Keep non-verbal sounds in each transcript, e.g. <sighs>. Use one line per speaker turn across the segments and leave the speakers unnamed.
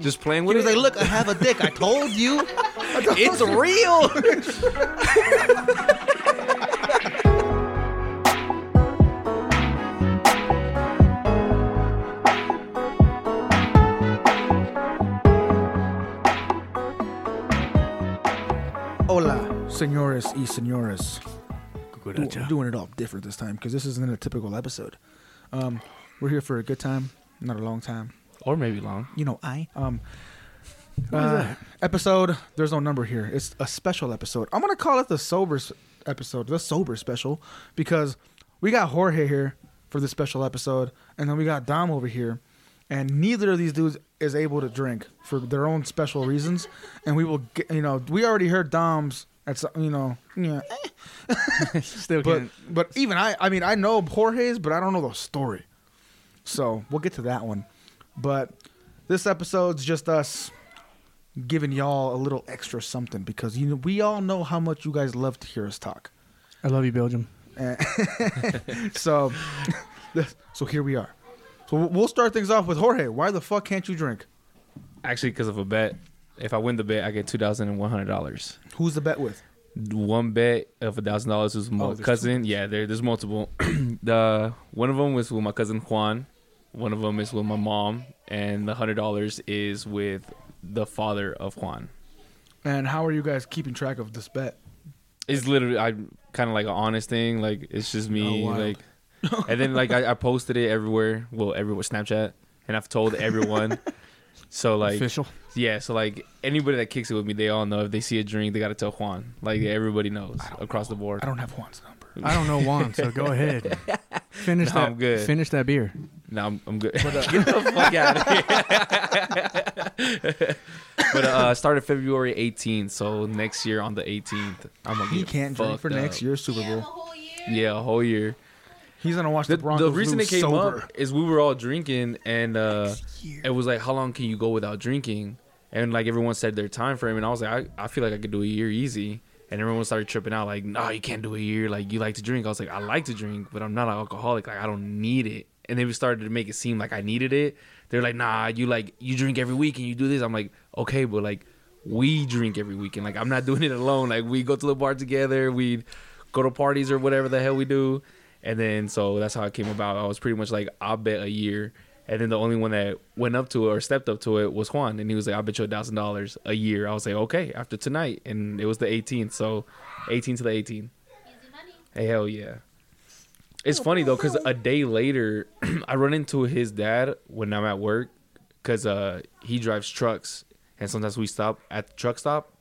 just playing
He
with
was
it.
like, "Look, I have a dick. I told
<laughs>
you."
it's real.
Hola, senores y señoras. Do- we're doing it all different this time because this isn't a typical episode. Um, we're here for a good time, not a long time.
or maybe long.
You know, I um, uh, episode. There's no number here. It's a special episode. I'm gonna call it the sober s- episode, the sober special, because we got Jorge here for this special episode, and then we got Dom over here, and neither of these dudes is able to drink for their own special reasons, and we will get. You know, we already heard Dom's. At some, you know, yeah,
Still
but
can't.
but even I, I mean, I know Jorge's, but I don't know the story. So we'll get to that one. But this episode's just us giving y'all a little extra something because you know we all know how much you guys love to hear us talk.
I love you, Belgium.
So <laughs> so here we are. So we'll- we'll start things off with Jorge. Why the fuck can't you drink?
Actually, because of a bet. If I win the bet, I get two thousand and one hundred dollars.
Who's the bet with?
One bet of a thousand dollars was my
Oh, there's
cousin. Yeah, there, there's multiple. <clears throat> the one of them was with my cousin Juan. One of them is with my mom, and the hundred dollars is with the father of Juan.
And how are you guys keeping track of this bet?
It's literally I kind of like an honest thing. Like it's just me.
Oh, wild. <laughs>
like, and then like I, I posted it everywhere. Well, everywhere Snapchat, and I've told
<laughs>
everyone. so like Yeah, so like anybody that kicks it with me, they all know if they see a drink, they gotta tell Juan. Like everybody knows across the board.
Mm-hmm. I don't have Juan's number.
I don't know Juan,
<laughs>
so go ahead. Finish
No,
that.
I'm good.
Finish that beer.
No, I'm, I'm good.
uh,
<laughs> Get the fuck out of here.
<laughs>
<laughs> but uh, started February 18th, so next year on the 18th, I'm gonna
He
get
can't drink
fucked
for next
up.
year's Super
Yeah, the
Bowl.
whole year.
Yeah, a whole year.
He's gonna watch the,
The,
Broncos
the reason it
lose
came
sober.
up is we were all drinking, and uh, it was like, how long can you go without drinking? And like everyone said their time frame, and I was like, I, I feel like I could do a year easy. And everyone started tripping out, like, no, you can't do a year. Like, you like to drink. I was like, I like to drink, but I'm not an alcoholic. Like, I don't need it. And they was started to make it seem like I needed it. They're like, nah, you like you drink every week and you do this. I'm like, okay, but like we drink every weekend. Like I'm not doing it alone. Like we go to the bar together. We go to parties or whatever the hell we do. And then so that's how it came about. I was pretty much like, I'll bet a year. And then the only one that went up to it or stepped up to it was Juan. And he was like, I'll bet you a thousand dollars a year. I was like, okay, after tonight. And it was the 18th. So 18 to the 18th.
Easy money.
Hey, hell yeah. It's funny though, because a day later, <clears throat> I run into his dad when I'm at work, because uh, he drives trucks, and sometimes we stop at the truck stop.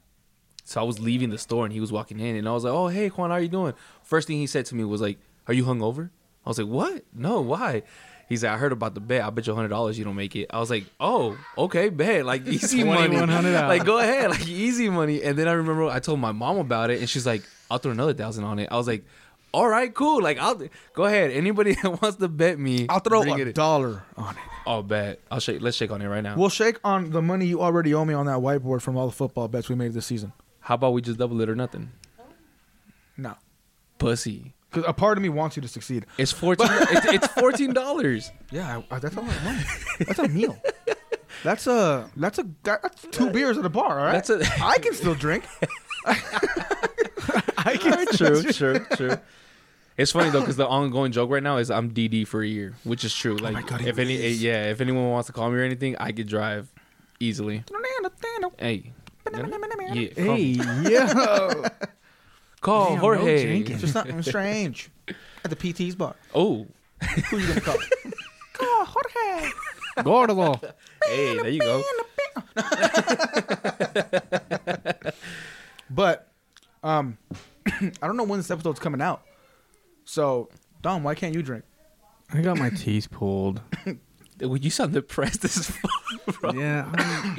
So I was leaving the store, and he was walking in, and I was like, "Oh, hey, Juan, how are you doing?" First thing he said to me was like, "Are you hungover?" I was like, "What? No, why?" He's like, "I heard about the bet. I bet you hundred dollars you don't make it." I was like, "Oh, okay, bet. Like <laughs> easy money,
$2,100.
like go ahead, like easy money." And then I remember I told my mom about it, and she's like, "I'll throw another thousand on it." I was like. All right, cool. Like, I'll go ahead. Anybody <laughs> that wants to bet me,
I'll throw
bring
a
it in.
dollar on it.
Oh, bet. I'll shake. Let's shake on it right now.
We'll shake on the money you already owe me on that whiteboard from all the football bets we made this season.
How about we just double it or nothing?
No,
Pussy.
because a part of me wants you to succeed.
It's fourteen. it's, it's fourteen dollars.
Yeah, I, I, that's a lot of money. That's
<laughs>
a meal. That's a that's a that's two beers at a bar. All right,
That's a-
I can
<laughs>
still drink. I can.
true, true, true. It's funny though, because the ongoing joke right now is I'm DD for a year, which is true. Like,
God, he
if any,
is.
yeah, if anyone wants to call me or anything, I could drive easily. Hey, yeah, hey,
yeah.
call
Damn, no
Jorge.
drinking.
Just something strange at the PT's bar.
oh,
Who you
<laughs>
gonna call? call Jorge.
<laughs> Gordo.
hey, there you go.
<laughs> But um, <clears throat> I don't know when this episode's coming out. So Dom, why can't you drink?
I got my teeth pulled.
Well, you sound depressed <laughs> as fuck.
yeah. I,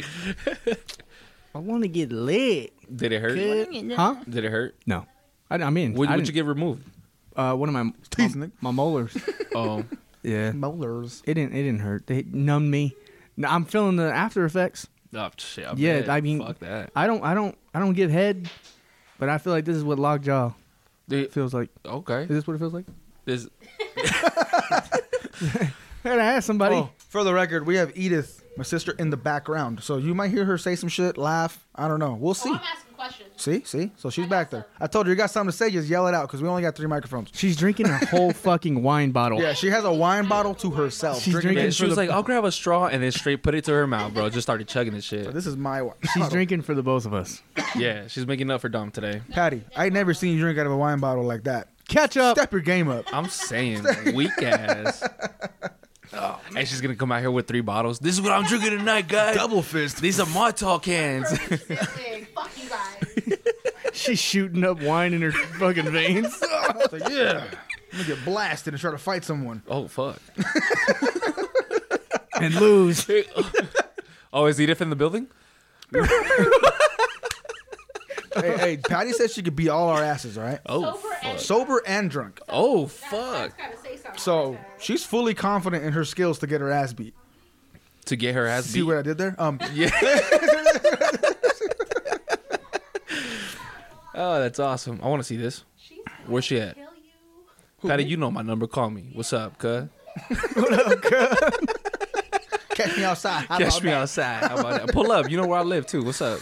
<laughs>
want to get lit.
Did it hurt?
Huh?
Did it hurt?
No. I, I mean,
What
I
would you
didn't-
get removed?
Uh, one of <laughs> my
Teeth,
my,
nigga.
my molars. <laughs>
Oh, <laughs>
yeah.
Molars.
It didn't. It didn't hurt. They numbed me. No, I'm feeling the after effects.
oh shit. I
Yeah,
bet.
I mean-
fuck that.
I don't. I don't. I don't give head, but I feel like this is what lockjaw
Dude,
feels like.
okay.
Is this what it feels like?
This
I gotta ask somebody.
Oh, For the record, we have Edith, my sister, in the background, so you might hear her say some shit, laugh. I don't know. We'll see.
Oh, I'm asking questions.
<laughs> See, see. So she's back there. I told her you got something to say, just yell it out because we only got three microphones.
She's drinking a whole fucking wine bottle.
Yeah, she has a wine bottle to herself.
She's
drinking.
drinking-
And she was like, I'll grab a straw and then straight put it to her mouth, bro. Just started chugging the
it.
<laughs>
shit.
This is my wine.
She's drinking for the both of us.
Yeah, she's making up for Dom today.
Patty, I ain't never seen you drink out of a wine bottle like that.
Catch up.
Step your game up.
I'm
<laughs>
saying, weak ass. Oh, and she's gonna come out here with three bottles. This is what I'm drinking tonight, guys. Double fist. <laughs> These are my tall cans.
<laughs>
Seriously, Fuck you guys.
She's shooting up wine in her fucking veins.
It's like, yeah, I'm gonna get blasted and try to fight someone.
oh fuck. <laughs>
and lose. <laughs>
Oh, is Edith in the building?
hey, hey, Patty said she could beat all our asses, all right?
Oh,
Sober and-
fuck.
Sober and drunk.
Oh
That's
fuck.
gotta say something.
So
like
she's fully confident in her skills to get her ass beat.
To get her ass
See
beat.
what I did there? Um, <laughs>
Yeah. oh, that's awesome. I want to see this.
that. She's gonna
Where's she at?
kill you.
Patty, you know my number. Call me. What's up, cuz?
catch me outside. How
Catch
about
me
that?
outside. How about that? Pull up. You know where I live too. What's
<laughs>
up?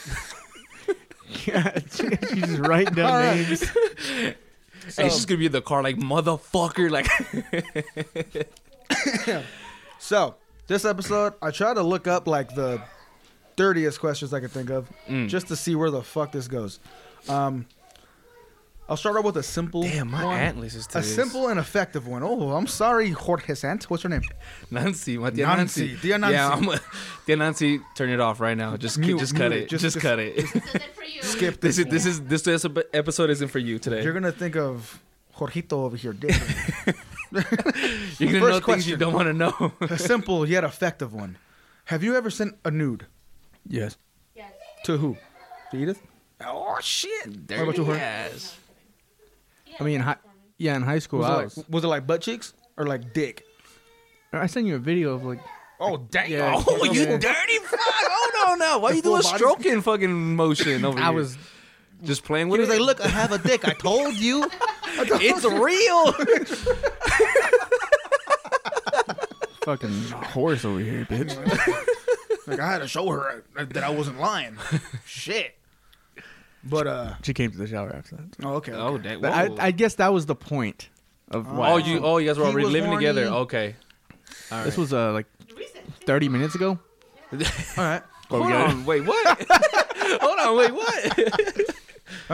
Yeah, she- she's just writing down
All right.
names.
hey, she's gonna be in the car like motherfucker. Like <laughs>
So this episode, I tried to look up like the dirtiest questions I could think of, just to see where the fuck this goes. Um, I'll start off with a simple.
damn, my
one.
atlas is to
A
this.
simple and effective one. Oh, I'm sorry, Jorge Sant. What's your name?
<laughs> Nancy, my dear
Nancy,
Nancy,
dear Nancy.
Yeah, I'm a, dear Nancy, turn it off right now. Just
Mute,
just cut
mute,
it.
just-
Just,
just-
cut it.
This isn't for you.
<laughs>
Skip
this is this is this, this episode isn't for you today.
You're gonna think of Jorgito over here. <laughs> different.
You're gonna
First
know things you
question.
don't want to know. <laughs>
a simple yet effective one. Have you ever sent a nude
yes.
Yes.
to who? To Edith?
Oh shit.
What about you,
dirty
Jorge?
ass.
I mean, hi- yeah, in high school,
Was,
I,
it
was,
like, was it like butt cheeks or like dick?
I sent you a video of like
Oh damn! <laughs>
Yeah.
Oh, you dirty fuck! Oh no, no! Why you
full
doing
body-
stroking fucking motion over here?
I was
just playing
He
with
was like,
it.
"Look, I have a dick. I told you."
it's <laughs> real.
fucking horse over here, bitch.
Like I had to show her uh, that I wasn't <laughs> lying. Shit. But uh,
She came to the shower after that.
oh, okay.
oh
okay.
dang!
But
whoa.
I, I guess that was the point of why.
oh,
I
you
sent-
oh you guys were
He
already
was
living together.
horny.
Okay. <laughs> All
This
right.
was uh, like
Recent.
30 minutes ago.
All right.
But we
Hold
got it.
on, wait, what? <laughs> Hold on, wait, what?
All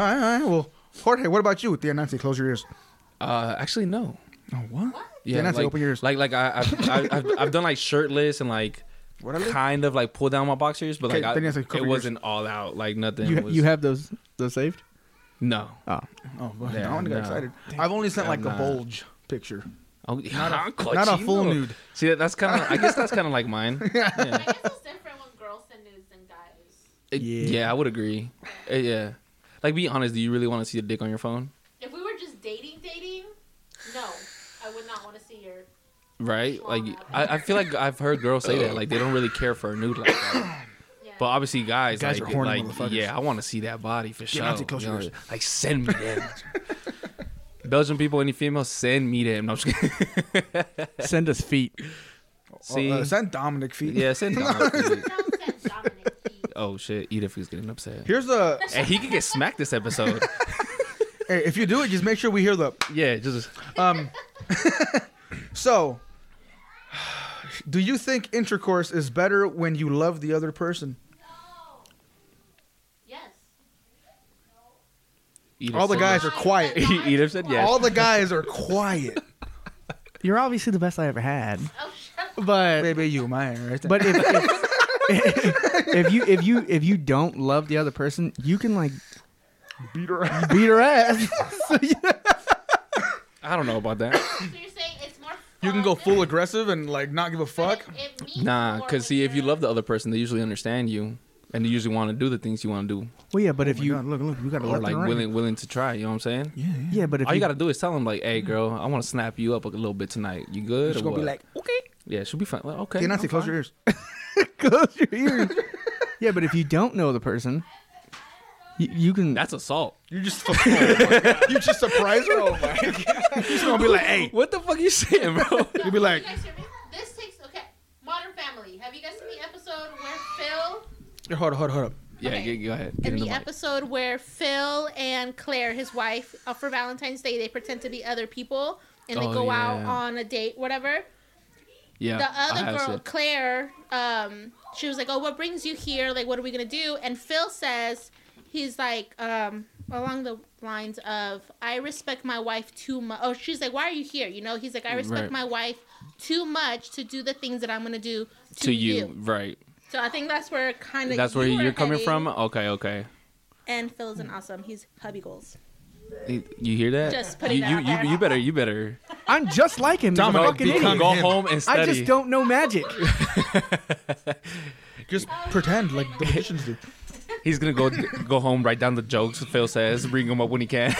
right. All right. Well, Jorge, what about you? Thea Nancy, close your ears.
<laughs> Uh, actually, no.
Oh what?
Yeah,
Nancy,
like,
open yours.
Like, like I, <laughs> I've, I, I've, I've done like shirtless and like kind of like pull down my boxers, but like
Okay,
I,
then you have to
it
cover yours.
wasn't all out. Like nothing.
You,
was,
you have those those saved?
no.
Oh.
oh, well,
Yeah,
I only got
no.
excited. I've only sent
I'm
like the
not.
bulge picture.
Oh, <laughs> not, a,
not a full nude.
See, that, that's kind of. I guess that's kind of like mine. <laughs>
I
Yeah,
guess it's different when girls send nudes than guys.
It-
Yeah.
yeah, I would agree. Uh, yeah, like be honest. Do you really want to see a dick on your phone?
If we were just dating, dating, no, I would not want to see your.
Right? Like, I, I feel like I've heard girls say that. Like, they don't really care for a nude like that.
Yeah.
But obviously, guys,
Guys
like,
are horny
like
motherfuckers.
yeah, I want to see that body for sure.
Nancy, close
You know,
yours.
like, send me them. Belgian people, any females, send me them. No, I'm just kidding. <laughs>
Send us feet.
see,
Oh, uh, send Dominic feet.
yeah, send
<laughs>
Dominic.
Don't send Dominic heat.
oh shit, Edith is getting upset.
Here's a.
Hey, he could get smacked this episode.
hey, if you do it, just make sure we hear the.
yeah, just
Um. so, do you think intercourse is better when you love the other person?
Yes.
Edith
All the
said yes.
guys are quiet.
Edith said yes.
All the guys are <laughs> quiet.
You're obviously the best I ever had.
Oh, shut up.
But
Baby, you mine right there.
<laughs> but if, if <laughs> if you if you if you don't love the other person, you can like
beat her up.
beat
<laughs>
her ass. So, yeah.
I don't know about that.
So you're saying it's more. Fun
You can go full aggressive and like not give a
but
fuck.
It, it means
Nah,
more
because
when
see, if you
you're-
love the other person, they usually understand you, and they usually want to do the things you want to do,
Well, yeah, but if you
Oh look, look, you got
or like willing, willing to try. You know what I'm saying?
Yeah, yeah.
yeah, but if
All
you,
you gotta do is tell them like, "Hey, girl, I want to snap you up a little bit tonight. You good?"
She's
or
gonna be
what?"
like, okay.
"Yeah, she'll be fine." Like, okay,
Hey, Nancy,
I'm
close
fine.
your ears.
<laughs> close your ears. yeah, but if you don't know the person, you, you can.
That's assault.
<laughs> You just, <laughs> you just surprise her. Oh my <laughs> She's gonna be like, hey.
What the fuck you saying, bro?
No,
be like-
you guys hear me? This takes okay. Modern Have you guys seen the episode where Phil?
Here, hold up, hold up, hold up.
<laughs> Yeah,
Okay.
go, go ahead. Get
In the
mic.
episode where Phil and Claire, his wife, uh, for Valentine's Day, they pretend to be other people and they
Oh,
go out
yeah.
on a date, whatever.
yeah,
the
I
other
have
girl,
said-
Claire, um, she was like, "Oh, what brings you here? Like, what are we gonna do?" And Phil says, "He's like, um, along the lines of, I respect my wife too much." Oh, she's like, "Why are you here?" You know, he's like, "I respect
Right.
my wife too much to do the things that I'm gonna do to,
to
you.
you. right?
So I think that's where kind of
That's where
you
you're
are
coming
heading.
from. Okay, okay.
And Phil's an awesome. He's hubby goals.
You hear that?
Just putting
you,
it
you,
out
you,
there.
you better you better
I'm just like him. he's a
Dominic,
fucking
be
idiot.
Become
go
him.
home and study.
I just don't know
<laughs>
magic.
Just pretend like the magicians do.
He's gonna go go home, write down the jokes Phil says, bring them up when he can. <laughs>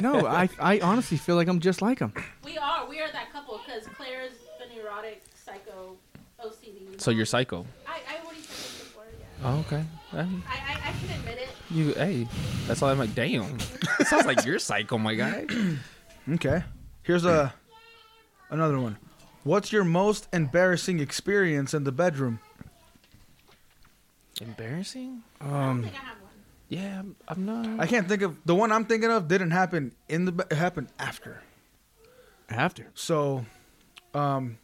no, I, I honestly feel like I'm just like him.
We are, we are that couple because Claire is the neurotic psycho, OCD.
so you're psycho.
I, I already said this before. Yeah.
Oh, okay.
I, I, I can admit it.
You hey, that's all I'm like. Damn, sounds like you're psycho, my
<clears throat>
guy.
Okay. Here's a another one. What's your most embarrassing experience in the bedroom?
Embarrassing?
I
Um,
think I have one.
Yeah, I'm, I'm not.
I can't think of the one I'm thinking of. Didn't happen in the. Be- it happened after.
after.
So, um,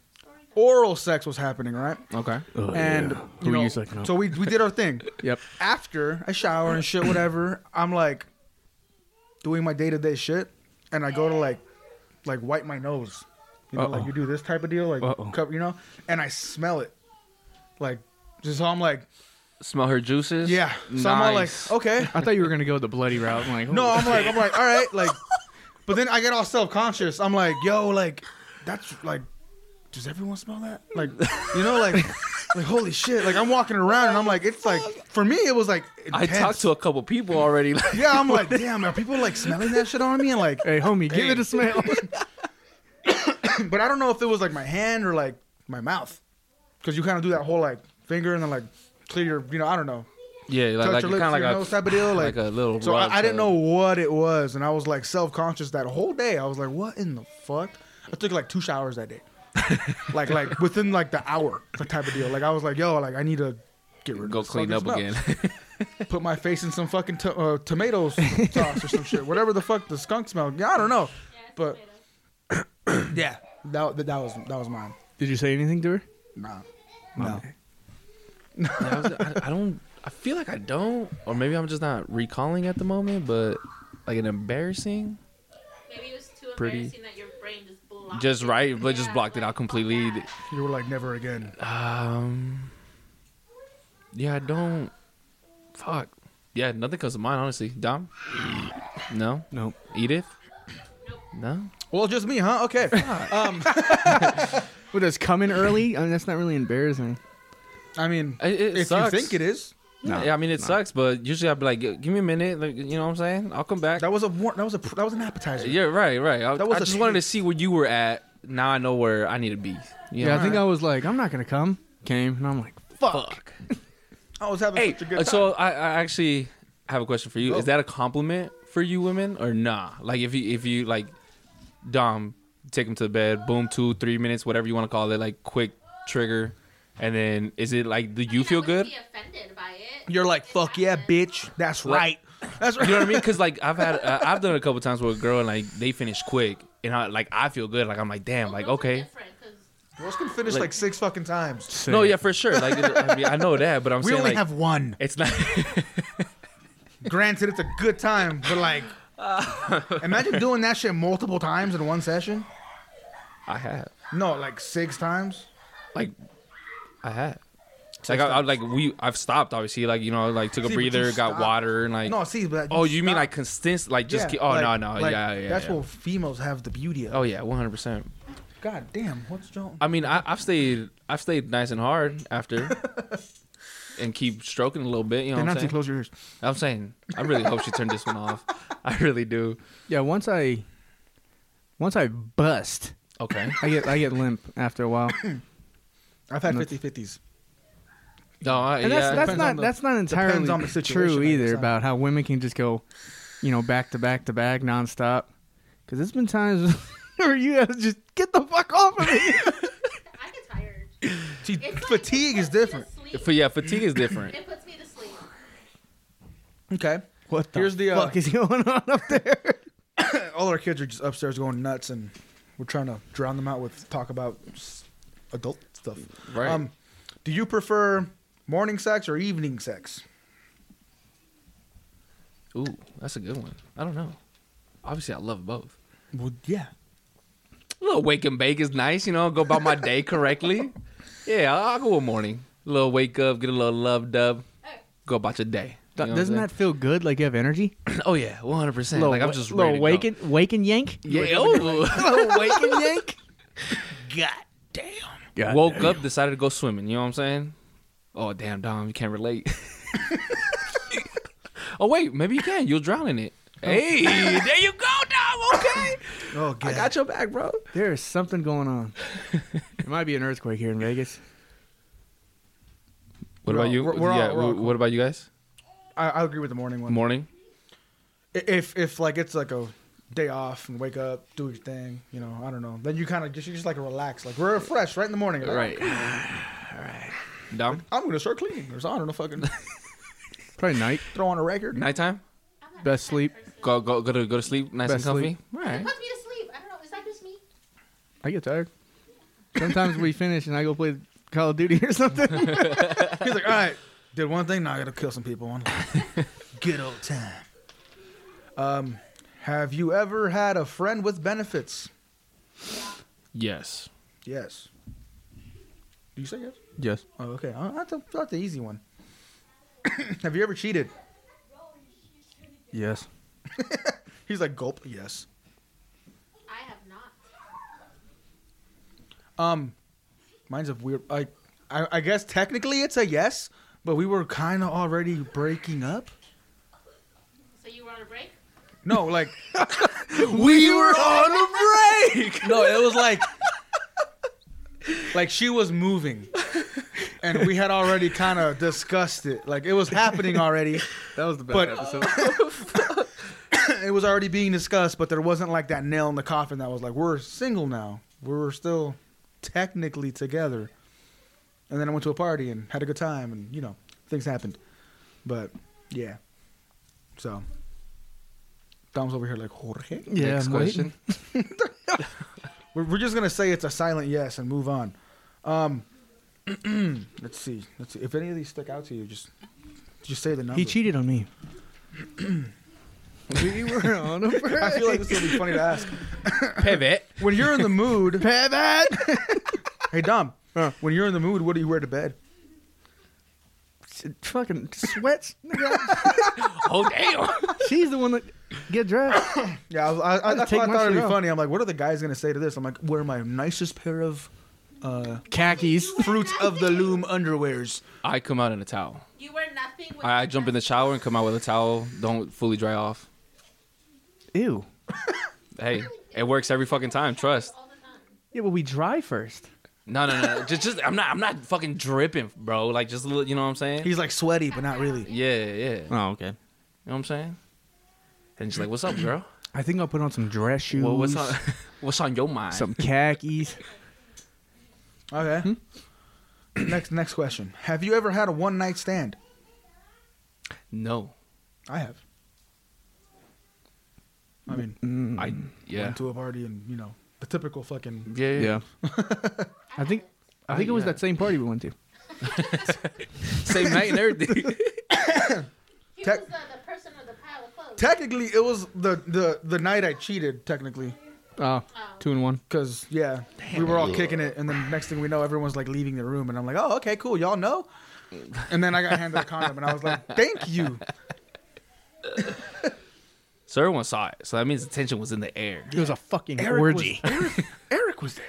oral sex was happening, right?
okay.
and
Who
you know,
you sucking up?
so we we did our thing.
Oh, <laughs> Yep.
After I shower and shit, whatever, I'm like doing my day to day shit, and I go to like like wipe my nose, you know, like
Uh-oh.
you do this type of deal, like
Uh-oh.
cup, you know, and I smell it, like just so I'm like
Smell her juices.
yeah, so I'm all like
Nice.
okay,
I thought you were gonna go the bloody route. I'm like,
no,
holy
I'm like I'm like all
<laughs>
right, like, but then I get all self conscious. I'm like yo, like that's like. Does everyone smell that? Like, you know,
<laughs>
like, like holy shit! Like I'm walking around and I'm like, it's like for me it was like
I
intense.
talked to a couple people already. like,
Yeah, I'm like, damn, are people like smelling that shit on me? And like,
Hey, homie, give
Hey.
it a smell.
<laughs>
but I don't know if it was like my hand or like my mouth, because you kind of do that whole like finger and then like clear your, you know, I don't know,
<laughs> yeah, Uh, like,
touch
like
your
kind of
lips,
like
your
a
nose type of deal,
<sighs> like
like.
a little.
so
rub
I, I
to-
didn't know what it was, and I was like self conscious that whole day. I was like, "What in the fuck?" I took like two showers
<laughs>
that day, like like within like the hour type of deal. Like I was like, "Yo, like I need to get <laughs> rid of
Go
this
clean
fucking
up
smell.
again.
put my face in some fucking to- uh, tomatoes sauce or some shit, whatever the fuck the skunk smelled. I don't know,
Yeah, it's
but
tomato.
<clears throat> yeah, that, that that was that was mine.
Did you say anything to her?
Nah, no.
<laughs> I, was- I- I don't. I feel like I don't, or maybe I'm just not recalling at the moment. But like an embarrassing,
Maybe it was too
Pretty.
embarrassing that your brain just blocked.
just
it.
right, but just
Yeah,
blocked it
like,
out completely.
fuck that.
You were like never again.
<sighs> Um. Yeah, I don't. Fuck. Yeah, nothing comes to mind honestly. Dom. No.
No.
Edith.
Nope.
No.
Well, just me, huh?
<laughs>
Okay.
What does coming early? I mean, that's not really embarrassing.
I mean,
It, it
if
sucks.
you think it is,
No,
yeah, I mean it sucks, but usually I'd be like, "Give me a minute," like, you know what I'm saying? I'll come back.
that was a war- that was a pr- that was an appetizer.
yeah, right, right. I,
That was
I
a
just wanted to
treat.
see where you were at. Now I know where I need to be. You
Yeah,
know?
I think I was like, I'm not gonna come. Came and I'm like,
fuck.
I was having such a good
Uh,
time.
So I, I actually have a question for you.
Go.
Is that a compliment for you women or nah? Like if you if you like Dom, take him to the bed, boom, two, three minutes, whatever you want to call it, like quick trigger, and then is it like do
I
you
mean, I
feel
wouldn't
good?
Be offended by it.
You're like, fuck yeah, bitch. That's right. That's right.
You know what I mean? Because like I've had uh, I've done it a couple times with a girl and like they finish quick and I like I feel good. Like I'm like damn,
Well,
like
those are
okay.
different, 'cause-
Girls can finish like,
Like-
six fucking times.
Sick.
No, yeah, for sure. Like it- I, mean, I know that, but I'm
We
saying
only
like
have one.
it's not. <laughs>
Granted, it's a good time,
<laughs>
but like, imagine doing that shit multiple times in one session.
I have
No, like six times.
like I had. Like I, I like we I've stopped obviously like you know like took
See,
a
but you
breather got
stopped.
water and like
No, see, but
oh you mean
stop.
like consistent like just
Yeah,
keep, oh
like-
no no
like,
yeah yeah
That's
yeah.
what females have the beauty of.
oh yeah one hundred percent
God damn, what's John?
I mean I, I've stayed I've stayed nice and hard
<laughs>
after and keep stroking a little bit you know what
Hey,
I'm
Nancy,
saying
close your ears.
I'm saying I really hope she turned this one
<laughs>
off I really do
yeah. Once I, once I bust,
okay
I get I get limp after a <laughs> while,
I've had
And
50 50s.
no I,
and
yeah
that's that's
depends
not
on the-
that's not entirely
on the situation,
true
I
either
guess, huh?
about how women can just go, you know, back to back to back nonstop. Because there's been <laughs> times where you guys just get the fuck off of me.
<laughs>
I get tired.
See, she
It's like-
fatigue
it
is
puts me to
different.
sleep.
But yeah, fatigue is different.
It puts me to sleep.
Okay.
<laughs> What the
Here's the, uh,
fuck is going on up there?
All our kids are just upstairs going nuts, and we're trying to drown them out with talk about s- adult stuff.
Right.
Um, do you prefer morning sex or evening sex?
Ooh, that's a good one. I don't know. Obviously, I love both.
Well, yeah.
A little wake and bake is nice, you know. Go about my day correctly. Yeah, I'll, I'll go with morning. A little wake up, get a little love dub, go about your day. You know what
Doesn't
I'm
that feel good? Like you have energy?
saying? Oh yeah, one hundred percent.
Little
Like I'm
wa-
just
little
ready.
wake
to
and, wake and yank.
go. Yeah. Oh.
wake and yank.
<laughs>
God
Woke up, decided to go swimming. You know what I'm saying? Oh damn, Dom, you can't relate. <laughs> oh wait, maybe you can. You'll drown in it. Hey, there you go, Dom. Okay,
Oh, God.
I got your back, bro.
There is something going on. there might be an earthquake here in Vegas.
What
We're
about
all-
you?
we're- we're all-
yeah.
we're all
wh-
cool.
What about you guys?
I, I agree with the morning one.
Morning.
I- if if like it's like a day off and wake up, do your thing, you know, I don't know. Then you kind of just you just like relax, like we're fresh right in the morning. Like,
Dom.
I'm gonna start cleaning. Or something. I don't
<laughs>
know, fucking
Probably night.
throw on a record.
Nighttime.
I'm not
Best
a night
sleep.
person.
Go go go to go to sleep. Nice
Best
and comfy.
sleep.
All
It
right.
puts me to sleep. I don't know. Is that just me?
I get tired. Sometimes we finish and I go play Call of Duty or something.
<laughs>
He's like, all right, did one thing. Now I gotta kill some people. I'm like, Good old time. Um, have you ever had a friend with benefits?
Yes.
Yes. Do you say yes?
yes.
Oh, okay. Uh, That's, a, that's the easy one. <coughs> have you ever cheated?
Yes.
He's like, gulp. Yes.
I have not.
Um, mine's a weird. I, I, I guess technically it's a yes, but we were kind of already breaking up.
So you were on a break?
No, like
We were on a break.
no, it was like, like she was moving, and we had already kind of discussed it. Like it was happening already,
That was the best
But-
<laughs>
episode.
it was already being discussed, but there wasn't like that nail in the coffin that was like we're single now. We were still technically together, and then I went to a party and had a good time, and you know things happened, but yeah, so. Dom's over here like Jorge.
Yeah,
Next
I'm
question.
waiting.
We're, we're just gonna say it's a silent yes and move on. Um, <clears throat> let's see. Let's see if any of these stick out to you. Just, just say the number.
He cheated on me. we were <laughs> on a break.
I feel like this will be funny to ask.
Pivot.
When you're in the
<laughs>
mood,
Pivot.
hey Dom.
Huh.
When you're in the mood, what do you wear to bed?
<laughs> Fucking sweats. nigga.
<laughs> Oh damn.
She's the one that get dressed.
Yeah, I, was- I, I, that's
take
why I
my
thought it'd be
shirt off.
funny. I'm like, what are the guys gonna say to this? I'm like, wear my nicest pair of uh,
Khakis.
fruit of the loom underwears.
I come out in a towel.
You were nothing. With
I, I jump in the shower and come out with a towel. Don't fully dry off.
<coughs> Ew.
Hey, it works every fucking time. Trust.
all the time.
Yeah, but we dry first.
No, no, no. just, just. I'm not. I'm not fucking dripping, bro. Like just a little. You know what I'm saying?
He's like sweaty, but not really.
yeah, yeah. You know
Oh, okay.
what I'm saying? And she's like, "What's up,
<laughs>
girl?
I think I'll put on some dress shoes.
Well, what's on? what's on your mind?
<laughs> Some khakis. Hmm?
Okay. next, next question. Have you ever had a one night stand?
No.
I have. I mean,
Mm.
I. Mm, Yeah.
went to a party and you know the typical fucking
Yeah. Yeah.
I think I think it was that same party we went to.
Same night and
<laughs>
everything.
He
Tech-
was the, the person with the pile of clothes.
technically it was the the the night I cheated technically
Oh, two and one.
because yeah we were all kicking it and then next thing we know everyone's like leaving the room and I'm like oh okay cool y'all know and then I got handed a condom and I was like thank you
so everyone saw it. So that means the tension was in the
<laughs>
air.
It was a fucking
Eric
orgy. <laughs>
was, Eric, Eric was there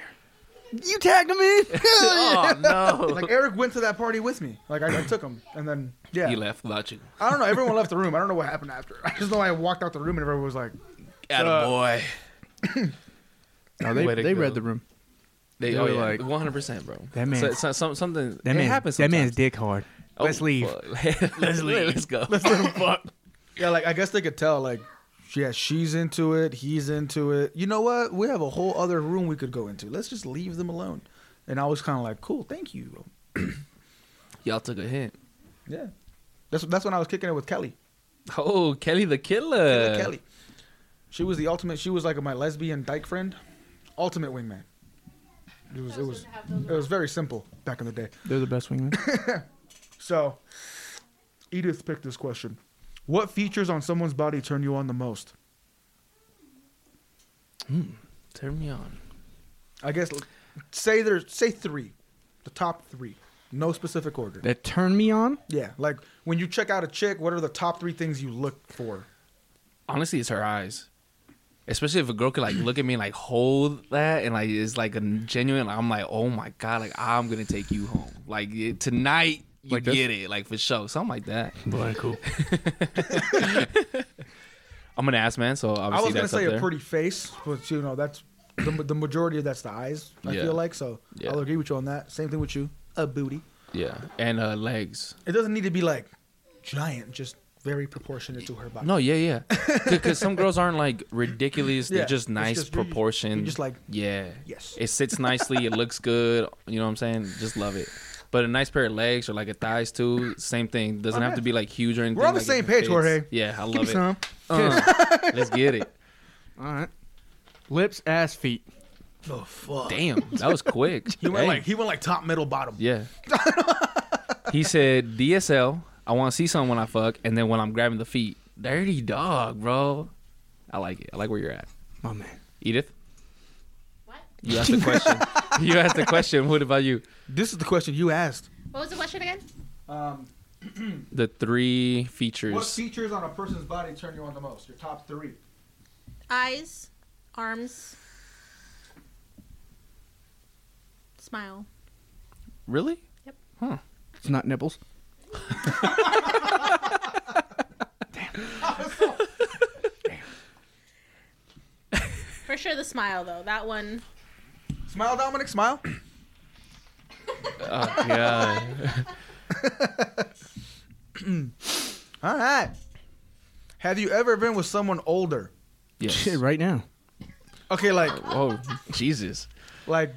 you tagged him <laughs> in.
Oh <laughs> no.
like Eric went to that party with me like I, I took him and then yeah
He left without you.
I don't know everyone left the room I don't know what happened after I just know I walked out the room and everyone was like
Atta boy.
no, they
Way to
they
go.
read the room.
They,
They
oh
were
yeah,
like-
one hundred percent, bro.
That man-
So, so, some- something it
That man.
happens.
that man's
sometimes.
dick hard.
Oh,
Let's leave.
fuck. <laughs>
<laughs>
let's leave. Let's go. Let's
Yeah, like I guess they could tell, like, yeah, she's into it, he's into it. You know what? We have a whole other room we could go into. Let's just leave them alone. And I was kind of like, cool, thank you.
<laughs> Y'all took a hint.
Yeah. That's that's when I was kicking it with Kelly.
Oh, Kelly the Killer.
Kelly, Kelly. She was the ultimate. She was like my lesbian dyke friend, ultimate wingman. It was it was it was very simple back in the day.
They're the best wingmen. <laughs>
So, Edith picked this question. What features on someone's body turn you on the most?
Turn me on.
I guess say there's say three, the top three, no specific order.
that turn me on.
Yeah, like when you check out a chick, what are the top three things you look for?
Honestly, it's her eyes. Especially if a girl could like look at me and like hold that and like it's like a genuine. Like, I'm like, oh my god, like I'm gonna take you home. Like it- tonight, you
Like this?
get it, like for sure, something like that.
Blind cool.
<laughs> I'm an ass man, so obviously
I was gonna
that's up
say a
there.
pretty face, but you know that's the, the majority of that's the eyes. I
Yeah.
feel like so.
Yeah.
I'll agree with you on that. Same thing with you. A booty.
yeah, and uh, legs.
It doesn't need to be like giant, just very proportionate to her body.
No, yeah, yeah, because some girls aren't like ridiculous.
Yeah,
They're just
it's
nice
just- you're just-
proportion.
you're just like,
yeah,
yes.
It sits nicely. it looks good. You know what I'm saying? Just love it. But a nice pair of legs or like a thighs too. Same thing. Doesn't have to be like huge or anything.
Oh, on the
like,
same
it
page,
fits.
Jorge.
Yeah, I love
Give
it.
me some.
Uh, <laughs> let's get it.
All right. Lips, ass, feet.
Oh fuck.
Damn, that was
<laughs>
quick.
He went
Hey.
like he went like top, middle, bottom.
yeah. he said DSL. I want to see something when I fuck, and then when I'm grabbing the feet, dirty dog, bro. I like it. I like where you're at,
My man.
Edith.
What?
You asked the
<laughs>
question. you asked the question. What about you?
This is the question you asked.
What was the question again?
Um,
The three features.
what features on a person's body turn you on the most? Your top three.
Eyes, arms, smile.
really?
It's not nipples.
For sure, the smile though. That one.
Smile, Dominic. Smile. <clears throat>
Oh god.
All right. Have you ever been with someone older?
<laughs> Yes.
Shit, right now.
Okay, like
Oh Jesus.
like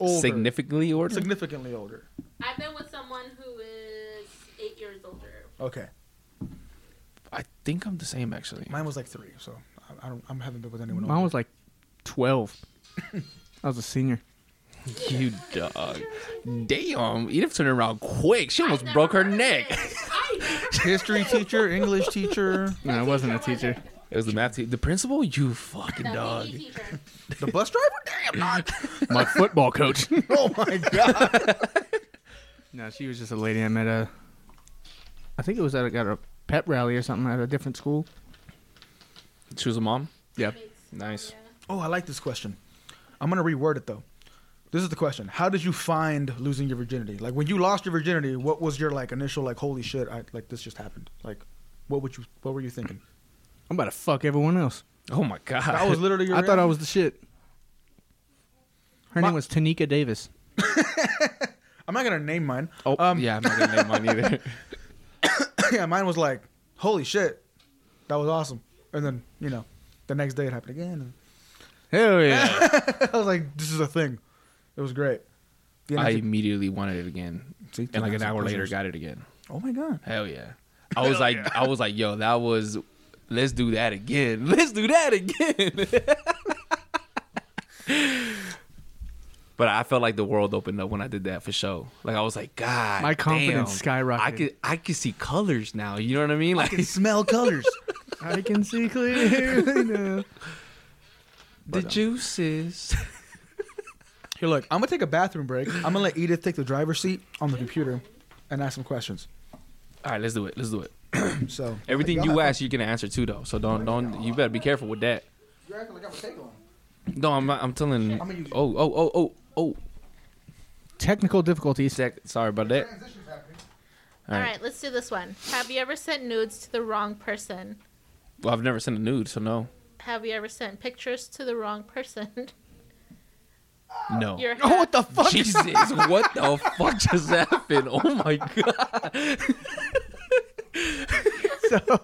older,
Significantly or
significantly older.
I've been with someone who is eight years older.
Okay,
I think I'm the same actually.
mine was like three, so I- I don't. I haven't been with anyone.
Mine
older.
was like 12. I was a senior.
<laughs> You dog. Damn. Edith turned around quick. She almost broke her neck.
<laughs>
history teacher, English teacher,
No, I wasn't a teacher.
It was the math teacher. The principal? You fucking dog.
the bus driver. Damn, dog.
My football coach.
<laughs> oh my god.
<laughs> no, she was just a lady I met a. I think it was at a, at a pep rally or something at a different school.
She was a mom?
Yep.
Nice.
Oh, I like this question. I'm gonna reword it though. This is the question. How did you find losing your virginity? Like when you lost your virginity, what was your like initial like holy shit? I like this just happened. Like, what would you? What were you thinking?
I'm about to fuck everyone else.
Oh my god. <laughs>
That was literally. Your
<laughs> I thought I
reaction?
was the shit. Her
My-
name was Tanika Davis. Um,
I'm not gonna name mine.
oh yeah, I'm not gonna name mine <laughs> either.
<laughs> yeah, mine was like, holy shit, that was awesome. And then, you know, the next day it happened again. <laughs>
Hell yeah.
And I was like, this is a thing. It was great. The
I
energy-
<laughs>
immediately wanted it again.
See,
And like an
thousand
hour later
prisoners.
got it again.
oh my God.
Hell yeah. I was like I was like, yo, that was let's do that again. <laughs> Let's do that again. <laughs> but I felt like the world opened up when I did that for sure. Like I was like, God
My confidence
damn,
skyrocketed.
I could I could see colors now. You know what I mean? <laughs> Like
smell
<laughs>
colors.
I can see clearly now.
the juices. <laughs>
Here, look, I'm going to take a bathroom break. I'm going to let Edith take the driver's seat on the computer and ask some questions.
All right, let's do it. Let's do it.
So,
Everything you ask, you can answer too, though. So don't don't you better be careful with that.
You're acting like I'm a take on.
No, I'm not, I'm telling.
I'ma use it.
Oh oh oh oh oh.
Technical
<laughs>
difficulties.
Zach, sorry about that.
Transition's happening.
All right, let's do this one. Have you ever sent nudes to the wrong person?
Well, I've never sent a nude, so no,
Have you ever sent pictures to the wrong person? <laughs>
no.
Your
Oh, what the fuck?
Jesus, what the fuck just happened? Oh my god!
so,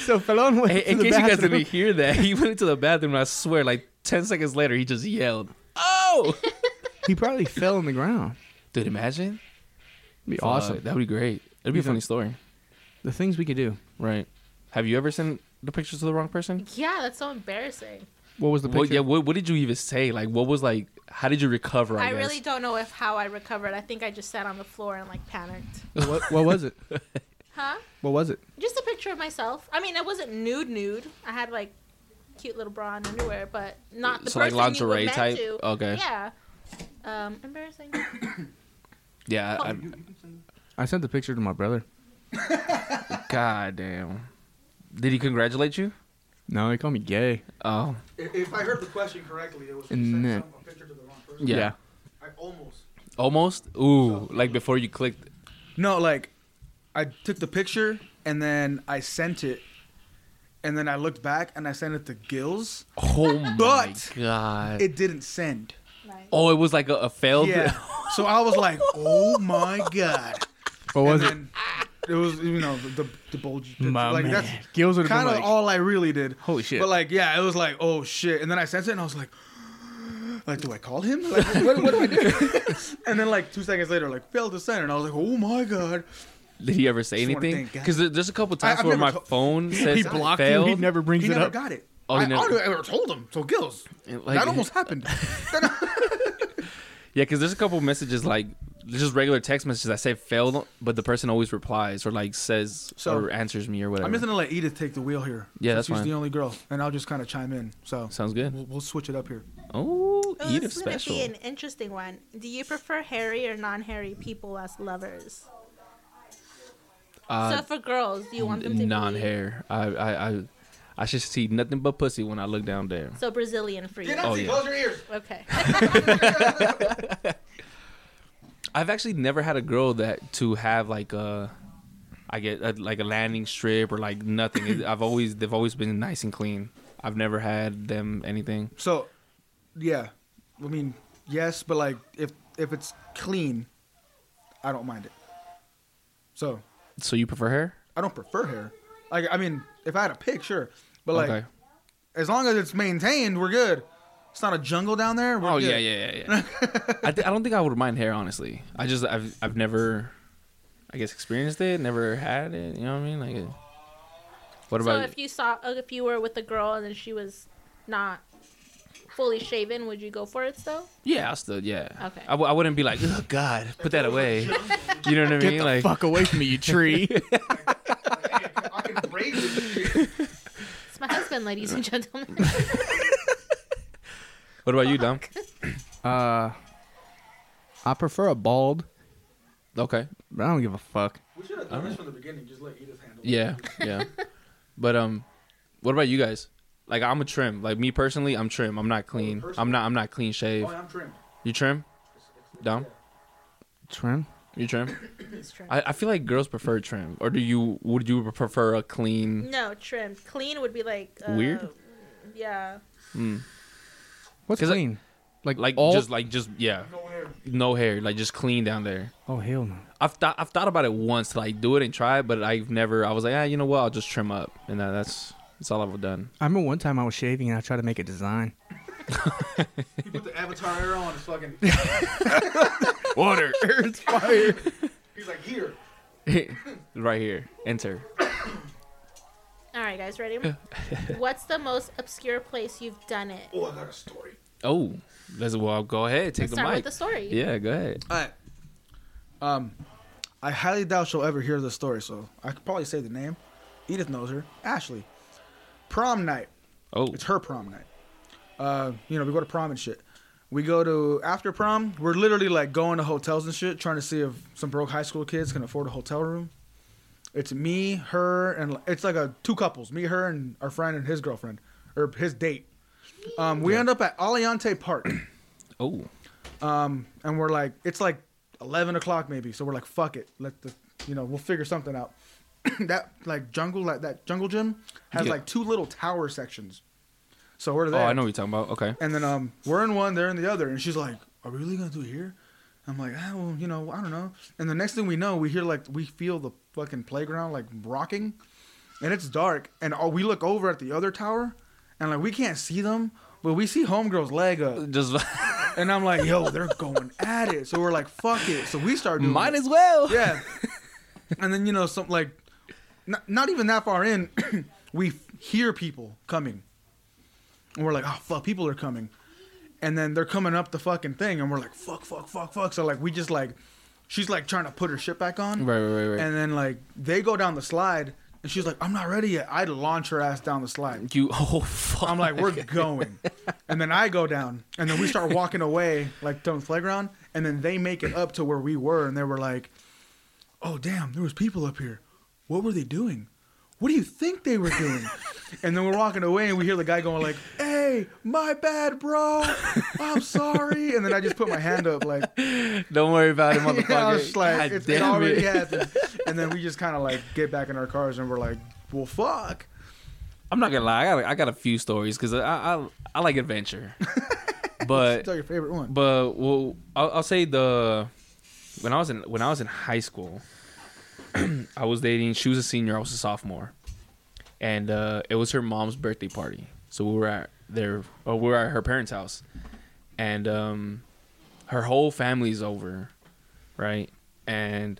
so Felon <laughs> went
In,
to
in
the
case you guys
bathroom.
didn't hear that, he went into the bathroom. and I swear, like ten seconds later, he just yelled, "Oh!"
He probably fell on the ground.
Dude, imagine.
It'd be
Fuck,
awesome.
That'd be great. It'd be a
He's
funny
like-
story.
The things we could do.
Right. Have you ever sent the pictures to the wrong person?
<laughs> Yeah, that's so embarrassing.
What was the picture?
What, yeah. What, what did you even say? Like, what was like? How did you recover? I,
I,
guess?
really don't know if how I recovered. I think I just sat on the floor and like panicked.
what, what was it?
Huh?
What was it?
Just a picture of myself. I mean, I wasn't nude nude. I had like cute little bra and underwear, but not the
So, like,
person like
lingerie
you were
type?
meant to.
Okay.
Yeah. Um,
<coughs>
embarrassing.
<laughs> Yeah. I,
I sent the picture to my brother.
I- God damn. Did he congratulate you?
No, they call me gay.
Oh.
If, if I heard the question correctly, it was you
And
sent
then-
some- a picture to the wrong person.
Yeah.
I almost.
Almost. Ooh. Like before you clicked.
No, like I took the picture and then I sent it, and then I looked back and I sent it to Gills.
Oh my
<laughs> But-
god.
It didn't send.
Nice.
oh, it was like a, a failed. <laughs>
Yeah. So I was like, oh my god.
What <laughs> was it?
And it was you know the the, the bulgy. picture.
<laughs> My
like
man.
that's
Gills would have
kind
been
of
like,
all I really did.
Oh,
holy shit.
But like, yeah, it was like, oh shit. And then I sent it, and I was like, <gasps> like, do I call him? Like, what, what do I do? <laughs> and then like two seconds later, like, failed to send, and I was like, oh my god.
Did he ever say
Just wanna
anything?
thank God.
Because there's a couple times
I've
where
never
my
told-
phone says
he blocked you.
failed.
He never brings
He
it
never
up.
got it.
Oh, he
I,
never-
I don't- I never told him. So Gills,
Like-
that almost happened.
<laughs> Yeah, because there's a couple messages like just regular text messages I say failed, but the person always replies or like says
So-
or answers me or whatever.
I'm just gonna let Edith take the wheel here.
Yeah,
since
that's
she's
fine.
the only girl, and I'll just kind of chime in. So
Sounds good.
we'll, we'll switch it up here.
Oh,
Oh,
eat a
this is gonna
special.
be an interesting one. Do you prefer hairy or non-hairy people as lovers?
Uh,
so for girls, do you want them to be
non-hair. I, I I I should see nothing but pussy when I look down there.
So Brazilian for you.
Oh, yeah.
close your ears.
<laughs>
Okay. <laughs>
I've actually never had a girl that to have like a, I get a, like a landing strip or like nothing. It- I've always they've always been nice and clean. I've never had them anything.
So, yeah, I mean, yes, but like, if if it's clean, I don't mind it. So
So you prefer hair?
I don't prefer hair. Like, I mean, if I had a pick, sure, but like,
okay.
as long as it's maintained, we're good. It's not a jungle down there. We're
Oh
good.
yeah, yeah, yeah, yeah. I, th- I don't think I would mind hair, honestly. I just I've I've never, I guess, experienced it. Never had it. You know what I mean? Like, uh, what
so
about?
if you saw, uh, if you were with a girl and then she was not fully shaven, would you go for it still?
yeah, I still yeah.
Okay.
I, w- I wouldn't be like, oh God, put that
<laughs>
away. you know what I mean?
Get the
like,
fuck away from me, you tree.
I can raise it.
It's my husband,
<laughs>
ladies and gentlemen.
what about you, Dom?
<laughs> uh, I prefer a bald,
Okay.
but I don't give a fuck.
We should have done this from the beginning. Just let Edith handle it.
Yeah, yeah. but um, what about you guys? Like, I'm a trim. Like me personally, I'm trim.
Oh,
I'm not clean. I'm not. I'm not clean shaved.
Oh, I'm <laughs> trimmed.
You trim? Dom,
Trim?
you trim?
It's trim.
I, I feel like girls prefer trim, or do you? Would you prefer a clean?
no, trim. Clean would be like uh,
Weird?
Yeah.
What's
'Cause I-
clean? like,
Like
all?
just like just yeah, no hair, like just clean down there.
oh hell no.
I've thought I've thought about it once, to, like do it and try it, but I've never. I was like, ah, you know what? I'll just trim up, and that, that's that's all I've done.
I remember one time I was shaving and I tried to make a design.
You put the avatar arrow on his fucking.
Water,
it's fire.
He's like here.
<laughs> right here. Enter.
All right,
<laughs>
guys, ready? What's the most obscure place you've done it?
Oh, I got a story.
Oh, let's well go ahead. Take
Let's start
the
with
mic.
the story.
yeah, go ahead.
All right. Um, I highly doubt she'll ever hear the story, so I could probably say the name. Edith knows her. Ashley. Prom night.
Oh,
It's her prom night. Uh, you know, we go to prom and shit. We go to after prom. We're literally like going to hotels and shit, trying to see if some broke high school kids can afford a hotel room. It's me, her, and it's like a two couples. Me, her, and our friend and his girlfriend or his date. Um, we end up at Aliante Park.
oh,
Um, and we're like, it's like eleven o'clock maybe, so we're like, fuck it, let the, you know, we'll figure something out. <clears throat> that like jungle, like that jungle gym has
Yeah.
like two little tower sections. So we're
oh,
there.
I know what you're talking about. Okay,
And then um, we're in one, they're in the other, and she's like, "Are we really gonna do it here?" I'm like, "Ah, well, you know, I don't know." And the next thing we know, we hear like we feel the fucking playground like rocking, and it's dark, and all, we
<laughs>
look over at the other tower, and like we can't see them, but we see homegirl's leg up.
just
and I'm like, yo, they're going at it. So we're like, fuck it. So we start doing
Might
it.
as well.
Yeah. and then you know, some like, not, not even that far in, <clears throat> we hear people coming, and we're like, oh fuck, people are coming, and then they're coming up the fucking thing, and we're like, fuck, fuck, fuck, fuck. So like, we just like, she's like trying to put her shit back on,
Right, right, right, right.
and then like they go down the slide, and she's like, I'm not ready yet. I launch her ass down the slide.
You <laughs> oh fuck!
I'm like,
<laughs>
we're going. And then I go down. And then we start walking away, like to the playground. And then they make it up to where we were. And they were like, oh, damn, there was people up here. What were they doing? What do you think they were
<laughs>
doing? and then we're walking away and we hear the guy going like, hey, my bad, bro. I'm sorry. And then I just put my hand
<laughs>
up like,
don't worry about it, motherfucker.
<laughs> yeah, I was just like,
God
it's, it
damn
already
it.
happened. And then we just kind of like get back in our cars and we're like, well, fuck.
I'm not gonna lie, I got, I got a few stories because I, I I like
<laughs>
adventure, but
Tell your favorite one.
But well, I'll, I'll say the when I was in when I was in high school, <clears throat> I was dating. She was a senior. I was a sophomore, and uh, it was her mom's birthday party. So we were at their or we were at her parents' house, and um, her whole family's over, right? And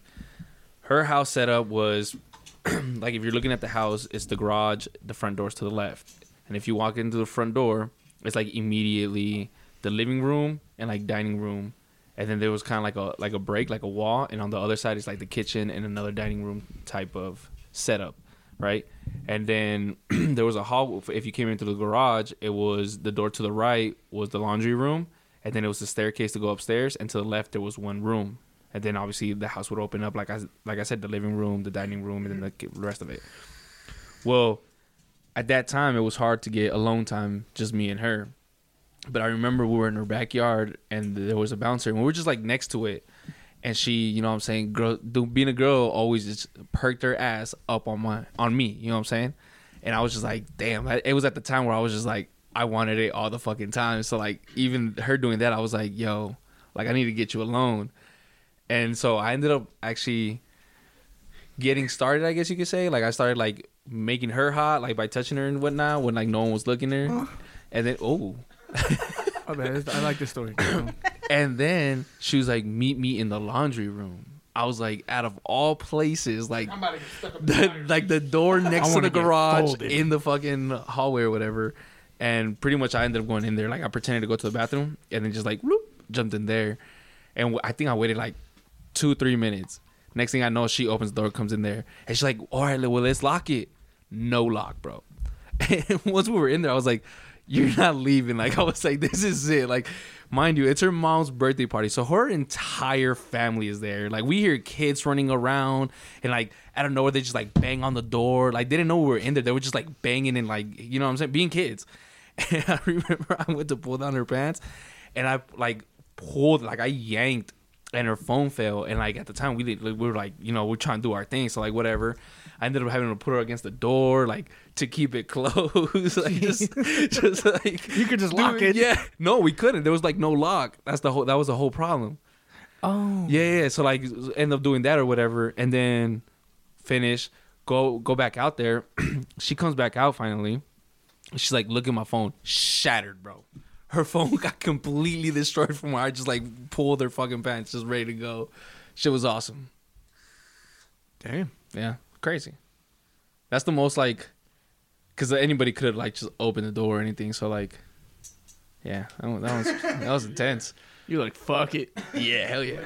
her house setup was <clears throat> like if you're looking at the house, it's the garage, the front door's to the left. And if you walk into the front door, it's like immediately the living room and like dining room. And then there was kind of like a like a break, like a wall, and on the other side is like the kitchen and another dining room type of setup, right? And then <clears throat> there was a hall. If you came into the garage, it was the door to the right was the laundry room, and then it was the staircase to go upstairs, and to the left there was one room, and then obviously the house would open up like I like I said the living room, the dining room, and then the rest of it. Well, at that time it was hard to get alone time, just me and her. But I remember we were in her backyard and there was a bouncer and we were just like next to it. And she, you know what I'm saying, girl, do- being a girl always just perked her ass up on my on me, you know what I'm saying? And I was just like, damn, I- it was at the time where I was just like I wanted it all the fucking time. So like even her doing that, I was like, yo, like I need to get you alone. And so I ended up actually getting started, I guess you could say. Like I started like making her hot, like by touching her and whatnot when like no one was looking at her. And then oh,
Oh, man, this- I like this <coughs> story.
and then she was like, "Meet me in the laundry room." I was like, out of all places, like the, like the
<laughs>
door next to the
wanna get
garage
folded.
in the fucking hallway or whatever. And pretty much I ended up going in there. Like I pretended to go to the bathroom and then just like whoop, jumped in there. And wh- I think I waited like two, three minutes. Next thing I know, she opens the door, comes in there, and she's like, "All right, well let's lock it." No lock, bro. <laughs> And once we were in there, I was like, "You're not leaving." Like I was like, "This is it." Like, mind you, it's her mom's birthday party, so her entire family is there. Like we hear kids running around, and like I don't know where they just like bang on the door. Like they didn't know we were in there. They were just like banging and like you know what I'm saying, being kids. <laughs> And I remember I went to pull down her pants, and I like pulled, like I yanked and her phone fell and like at the time we did like, we were like you know we're trying to do our thing so like whatever i ended up having to put her against the door like to keep it <laughs> closed like
<laughs>
just, just like
You could just lock it.
yeah no we couldn't there was like no lock that's the whole that was the whole problem
Oh.
yeah, yeah. So like, end up doing that or whatever, and then finish, go go back out there. <clears throat> she comes back out finally. She's like, look at my phone, shattered, bro. Her <laughs> phone got completely destroyed from where I just like pulled her fucking pants, just ready to go. Shit was awesome.
Damn.
Yeah, crazy. That's the most like, because anybody could have like just opened the door or anything. So like, yeah, that one- that was that was intense.
You're like, fuck it.
Yeah, hell yeah.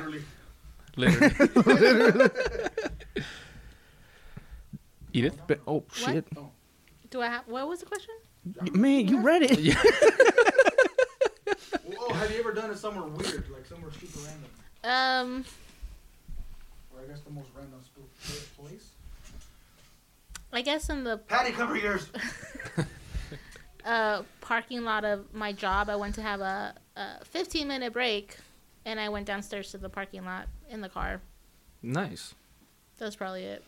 Literally.
<laughs>
Edith?
But, oh, shit.
Do I have? What was the question?
Man, you read it.
<laughs>
Oh, have you ever done it somewhere weird, like somewhere super random,
Um,
or I guess the most random spoof place?
I guess in the
Patty, cover yours.
uh, parking lot of my job, I went to have a, a 15 minute break, and I went downstairs to the parking lot in the car.
Nice.
That's probably it.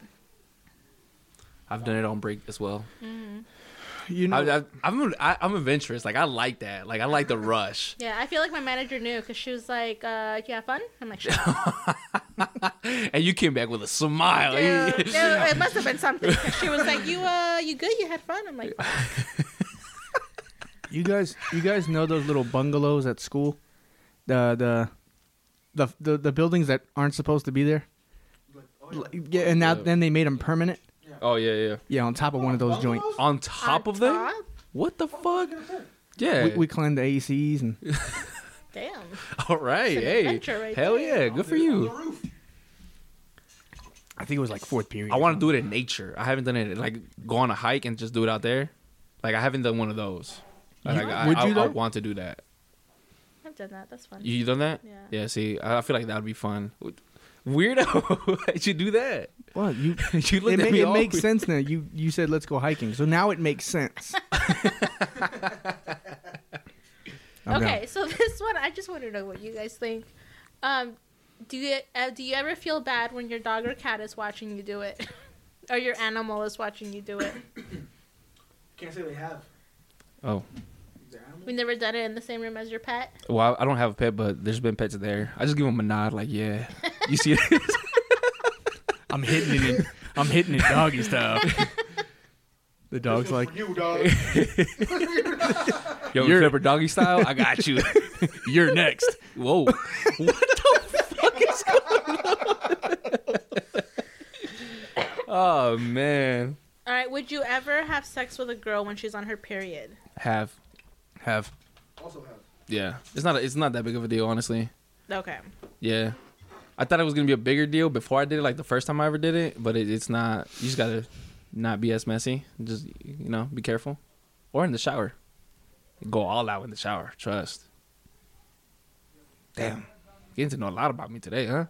I've done it on break as well.
You know,
I, I, I'm I, I'm adventurous. Like I like that. Like I like the rush.
Yeah, I feel like my manager knew because she was like, uh, "You have fun." I'm
<laughs>
like, "Sure."
Oh, And you came back with a smile.
Yeah,
<laughs>
yeah, it must have been something. 'cause She was like, "You, uh, you good? You had fun?" I'm like,
you guys, you guys know those little bungalows at school, the the the the, the buildings that aren't supposed to be there.
oh,
Like, yeah, and now
Yeah.
then they made them permanent.
Oh yeah, yeah.
Yeah, on top of one of those joints.
On top
On
of them?
top?
What the fuck? Yeah.
We, we cleaned the AECs and
Damn.
All right.
It's an
Hey.
adventure right
Hell yeah.
there.
Good for you.
I think it was like fourth period.
I want to do it in nature. I haven't done it like go on a hike and just do it out there. Like I haven't done one of those. Like, I,
Would
I,
you
I,
though?
want to do that.
I've done that. That's fun.
You you done that?
Yeah.
Yeah. See, I I feel like that would be fun. Weirdo. <laughs> Why'd you do that?
What you?
You looked
It,
at
ma-
me
it
all
makes
weird.
sense now. You you said let's go hiking, so now it makes sense. I'm
okay,
down.
so <laughs> this one, I just want to know what you guys think. Um, do you uh, do you ever feel bad when your dog or cat is watching you do it, <laughs> or your animal is watching you do it?
Can't say they have.
Oh.
We've never done it in the same room as your pet.
Well, I- I don't have a pet, but there's been pets there. I just give them a nod, like, yeah, you <laughs> see this?
I'm hitting it. In, I'm hitting it doggy style. <laughs> the
<laughs>
dog's like,
you, dog.
Yo,
You're-
you're flipper doggy style. I got <laughs> you.
"You're next."
<laughs> Whoa, what the fuck is going on? oh man,
All right, would you ever have sex with a girl when she's on her period?
have have
Also have.
yeah. It's not a, it's not that big of a deal, honestly.
Okay.
Yeah, I thought it was gonna be a bigger deal before I did it, like the first time I ever did it. But it, it's not. You just gotta not be as messy. Just you know, be careful. Or in the shower, go all out in the shower. Trust. Damn, getting to know a lot about me today, huh?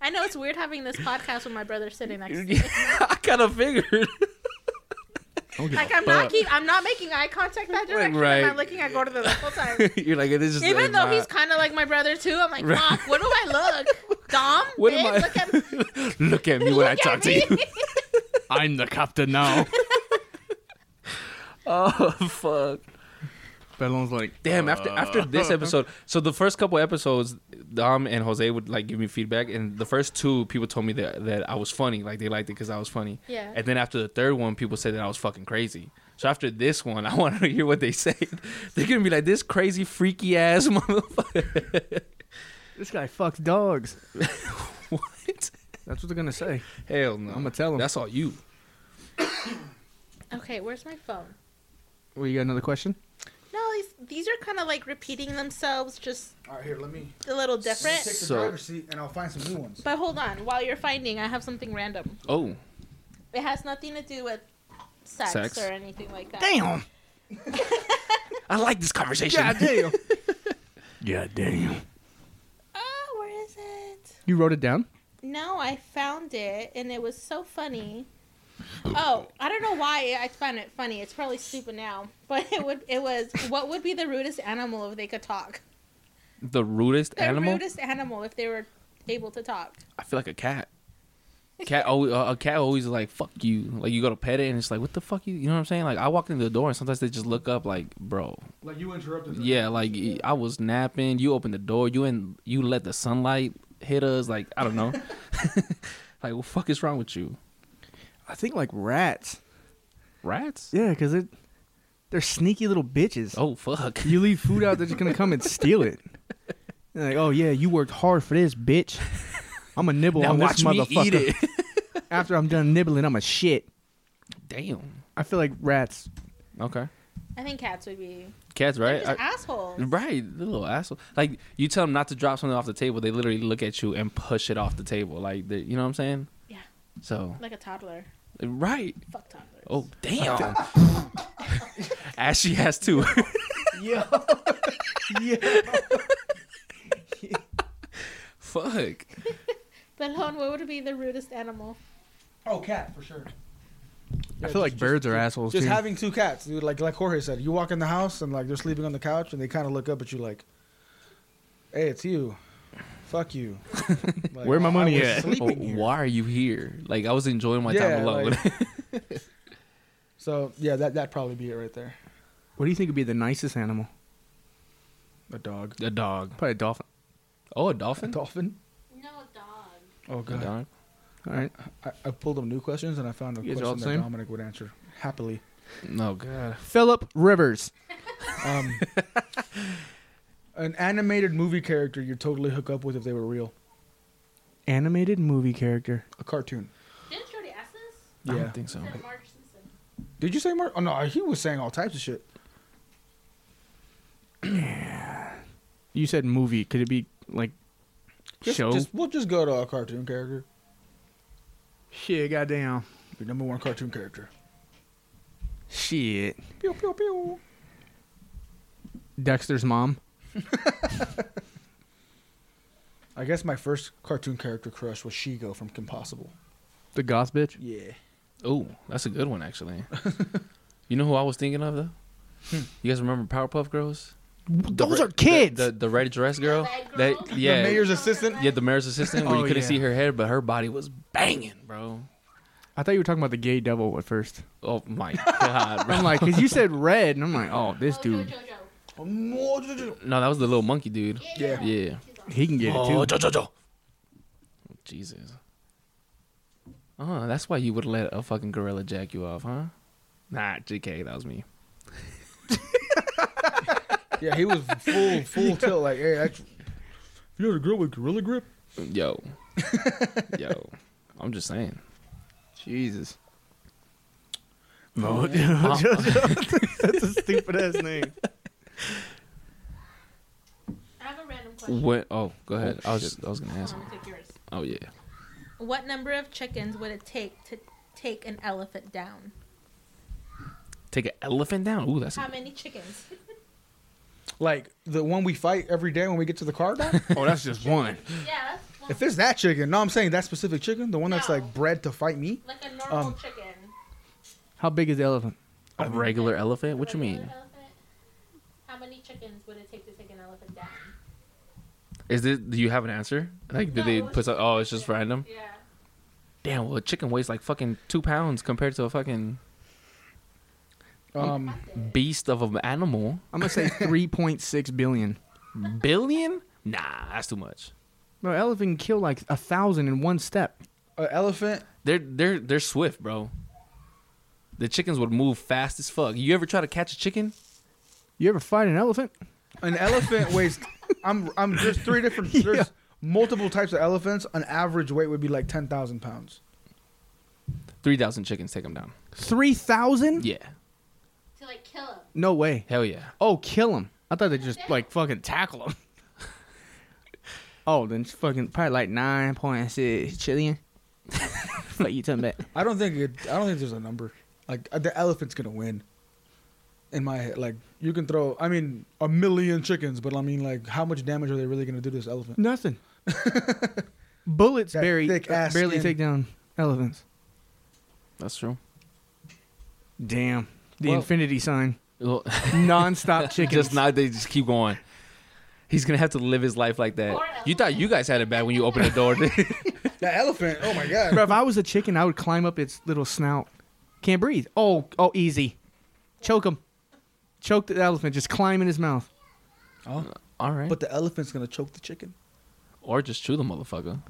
I know it's weird having this podcast with my brother sitting next to me.
<laughs> I kind of figured. <laughs>
Like I'm not keep, I'm not making eye contact that direction.
right.
I'm not looking at Gordon the whole time.
You're like this is
Even
like
though
not-
he's kind of like my brother too, I'm like,
Right.
fuck, what do I
<laughs>
look? Dom,
What
babe,
am I-
look at me.
look at me when I
Look
talk
at
to
me.
<laughs> you.
I'm the captain <laughs> now.
oh fuck. Uh.
Belon's like,
Damn, after after <laughs>
<laughs>
this episode, so the first couple episodes, Dom and Jose would like give me feedback, and the first two people told me that that I was funny, like they liked it because I was funny.
<laughs> Yeah.
And then after the third one, people said that I was fucking crazy. So after this one, <laughs> I want to hear what they say. <laughs> They're gonna be like this crazy, freaky ass <laughs> motherfucker.
This guy fucks dogs.
what?
That's what they're gonna say.
Hell no.
I'ma tell 'em.
That's all you.
Okay, where's my phone?
Well, you got another question?
No, these, these are kind of like repeating themselves, just
All right, here. Let me
a little
let me take
different.
the
So-
driver's seat and I'll find some new ones.
But hold on, while you're finding, I have something random.
Oh.
It has nothing to do with sex,
Sex.
or anything like that.
Damn.
I like this conversation.
God <laughs> damn. yeah, damn.
<laughs> Oh, where is it?
You wrote it down?
No, I found it and it was so funny. Oh, I don't know why I found it funny. It's probably stupid now, but it would it was what would be the rudest animal if they could talk?
The rudest
The
animal?
rudest animal if they were able to talk.
I feel like a cat. Cat always, uh, a cat always like fuck you. Like you go to pet it and it's like what the fuck you. You know what I'm saying? Like I walk in the door and sometimes they just look up like bro.
Like you interrupted. us.
<laughs> Yeah, like I was napping. You opened the door. You and you let the sunlight hit us. Like I don't know. <laughs> like what fuck is wrong with you?
I think like rats.
Rats?
Yeah, because they're, they're sneaky little bitches.
Oh fuck.
You leave food out, they're just gonna come and steal it. <laughs> They're like, oh yeah, you worked hard for this, bitch. I'm gonna
<laughs>
nibble
Now
on
watch
this
me
motherfucker.
eat it. <laughs>
After I'm done nibbling, I'm a shit.
Damn.
I feel like rats.
Okay.
I think cats would be
Cats,
they're
right?
just
I-
assholes.
Right, the little asshole. Like you tell them not to drop something off the table, they literally look at you and push it off the table. Like they, you know what I'm saying?
Yeah.
So
Like a toddler.
right.
Fuck toddlers.
Oh damn. <laughs> Ashy has <laughs> two.
<laughs> Yeah.
Fuck.
But Lone, what would be the rudest animal?
Oh, cat for sure.
I feel like birds are assholes
Just
too.
having two cats, dude. Like like Jorge said, you walk in the house and like they're sleeping on the couch and they kind of look up at you like, "Hey, it's you. Fuck
<laughs>
you." Like,
Where my
I
money
was
at? Oh,
sleeping here.
Oh, Why are you here? Like I was enjoying my
Yeah,
time alone.
like-
<laughs>
So yeah, that that probably be it right there.
what do you think would be the nicest animal?
A dog,
a dog.
Probably a dolphin.
Oh, a dolphin.
dolphin.
No, a dog.
Oh
A
god.
dog.
All right.
I, I pulled up new questions and I found a
You guys all
question
the
that
same?
Dominic would answer happily.
No god.
Philip Rivers.
Um, an animated movie character you'd totally hook up with if they were real.
Animated movie character.
A cartoon.
Didn't you already ask this?
I
Yeah.
don't think so.
Said Marge Simpson.
Did you say Mark? Oh no, he was saying all types of shit.
You said movie. Could it be like
Just,
show?
just- we'll just go to a cartoon character.
Shit, goddamn.
Your number one cartoon character.
Shit.
Pew pew pew.
Dexter's mom.
I guess my first cartoon character crush was Shigo from Kim Possible.
The goth bitch.
Yeah.
Oh, that's a good one actually. you know who I was thinking of though? You guys remember Powerpuff Girls?
Those
re-
are kids.
Hmm. The the, the red dress girl.
red girl?
That
The
yeah.
The
<laughs>
mayor's assistant.
yeah, the mayor's assistant where
Oh,
you couldn't
yeah.
see her head, but her body was banging, bro.
I thought you were talking about the gay devil at first.
Oh my god, bro.
<laughs> I'm like, because you said red, and I'm like, oh, this
Oh,
dude,
JoJo.
No, that was the little monkey dude.
Yeah.
Yeah.
he can get
Oh,
it too.
jo, jo, jo. Jesus. Oh, that's why you would let a fucking gorilla jack you off, huh? Nah, JK, that was me.
Yeah, he was full full tilt. Like, hey, that's, if you had a girl with gorilla grip,
Yo. Yo. I'm just saying.
Jesus. No, <laughs> JoJo. That's a stupid ass name.
I have a random question.
What? Oh, go ahead. I was I was gonna
Hold
ask.
on,
him.
let me take yours.
Oh yeah.
What number of chickens would it take to take an elephant down?
Take an elephant down. Ooh, that's
How many chickens?
like the one we fight every day when we get to the car. dock?
Oh, that's just one.
<laughs> yeah, that's one.
if it's that chicken, no, I'm saying that specific chicken, the one that's
No.
like bred to fight me.
like a normal
um,
chicken.
How big is the elephant?
a regular elephant. What you
Like an
mean?
elephant? How many chickens would it take to take an elephant down?
Is this? Do you have an answer? Like, did
No,
they
it was
put? some- Oh, it's just
Yeah.
random.
Yeah.
Damn. Well, a chicken weighs like fucking two pounds compared to a fucking
Um,
that's it.
beast of an animal.
I'm gonna say 3.6 billion.
Billion? Nah, that's too much.
Bro, elephant can kill like a thousand in one step.
an elephant.
They're they're they're swift, bro. The chickens would move fast as fuck. You ever try to catch a chicken?
You ever fight an elephant?
An elephant weighs. I'm. I'm. There's three different. There's
Yeah.
multiple types of elephants. An average weight would be like ten thousand pounds.
Three thousand chickens take them down.
3,000?
Yeah,
To like kill them.
No way.
hell yeah.
Oh, kill him. I thought they just like fucking tackle him. <laughs> oh, then it's fucking probably like 9.6 trillion. Fuck you talking about?
I don't think. It, I don't think there's a number. Like uh, the elephant's gonna win. In my head, like you can throw. I mean, a million chickens, but I mean, like, how much damage are they really gonna do to this elephant?
<laughs> Nothing. Bullets
That
barely,
thick ass
barely
skin.
take down elephants.
That's true.
Damn. The
Well-
infinity sign.
Well,
Non-stop
<laughs>
chickens.
just not. They just keep going. He's gonna have to live his life like that.
Or
You thought you guys had it bad when you opened the door. <laughs>
That elephant. Oh my god.
Bro, if I was a chicken, I would climb up its little snout. Can't breathe. Oh, oh, easy. Choke him. Choke the elephant. Just climb in his mouth.
All right.
But the elephant's gonna choke the chicken.
or just chew the motherfucker.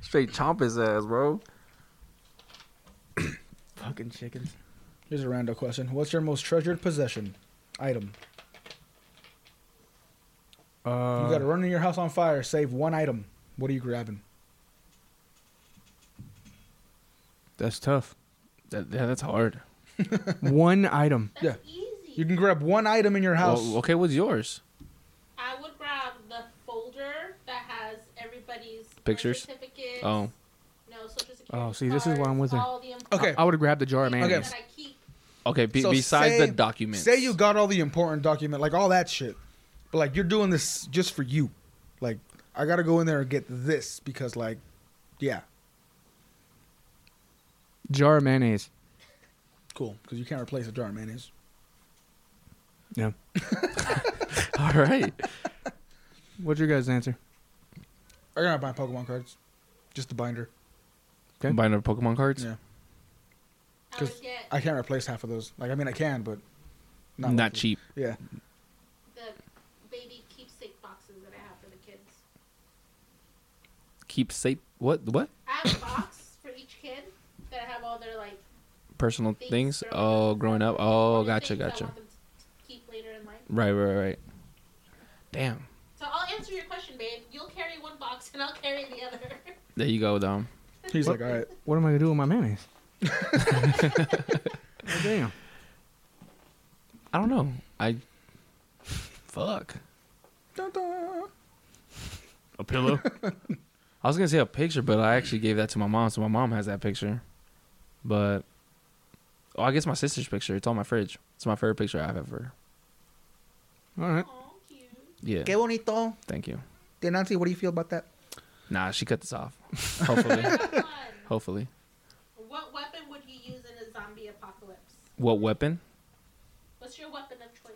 Straight chomp his ass,
<coughs>
bro.
Fucking chickens.
Here's a random question. What's your most treasured possession? Item.
Uh,
You gotta run in your house on fire. Save one item. What are you grabbing?
that's tough.
That, yeah, that's hard.
One <laughs> item.
That's easy.
You can grab one item in your house.
Well, okay, what's yours?
I would grab the folder that has everybody's birth
Pictures?
certificates,
Oh.
No, social security.
Oh, see, this is why I'm
cards,
with her.
all the imp-
Okay.
I would have grabbed the jar of
things
mayonnaise.
that I keep.
Okay, be,
So
besides
say-
the documents.
Say
<laughs>
you got all the important document, like all that shit, but like you're doing this just for you. Like I gotta go in there and get this because like, yeah,
Jar of mayonnaise.
cool. Because you can't replace a jar of mayonnaise.
Yeah.
All
<laughs>
right.
What's your guys' answer?
I gotta buy Pokemon cards, just the binder.
Okay.
Buying other Pokemon cards?
Yeah,
I
'Cause
would get
I can't replace half of those. Like I mean, I can, but
Not,
worth it.
cheap.
Yeah,
the baby keepsake boxes that I have for the kids.
Keep safe. What? What?
I have a box for each kid that I have all their like
personal things? Oh, growing up. Oh, gotcha, gotcha.
Keep later in life.
Right, right, right. Damn.
So I'll answer your question, babe. You'll carry one box and I'll carry the other. <laughs>
There you go, Dom.
He's like, all right.
What am I gonna do with my mayonnaise? oh, damn.
I don't know. I. Fuck.
Dun, dun.
A pillow. <laughs> I was gonna say a picture, but I actually gave that to my mom, so my mom has that picture. But oh, I guess my sister's picture. It's on my fridge. It's my favorite picture I have ever.
All right.
Aw, cute.
Yeah.
Qué bonito.
Thank you.
Then Nancy, what do you feel about that?
Nah, she cut this off. <laughs> Hopefully.
One.
Hopefully.
What weapon would you use in a zombie apocalypse?
What weapon?
What's your weapon of choice?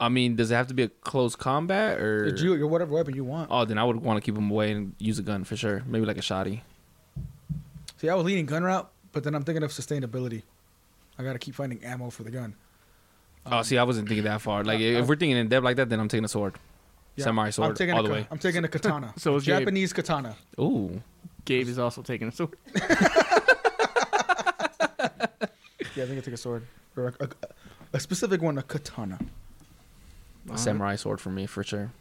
I mean, does it have to be a close combat or?
It's you, you're whatever weapon you want.
Oh, then I would want to keep him away and use a gun for sure. Maybe like a shotty.
See, I was leaning gun route, but then I'm thinking of sustainability. I gotta keep finding ammo for the gun.
oh, see, I wasn't thinking that far. Like, if we're thinking in depth like that, then I'm taking a sword, samurai
I'm
sword,
taking
all
a
the
ka-
way.
I'm taking a <laughs> katana.
So is Gabe.
Japanese katana.
Ooh,
Gabe is also taking a sword.
Yeah, I think I take a sword or a, a, a specific one, a katana.
a samurai sword for me for sure.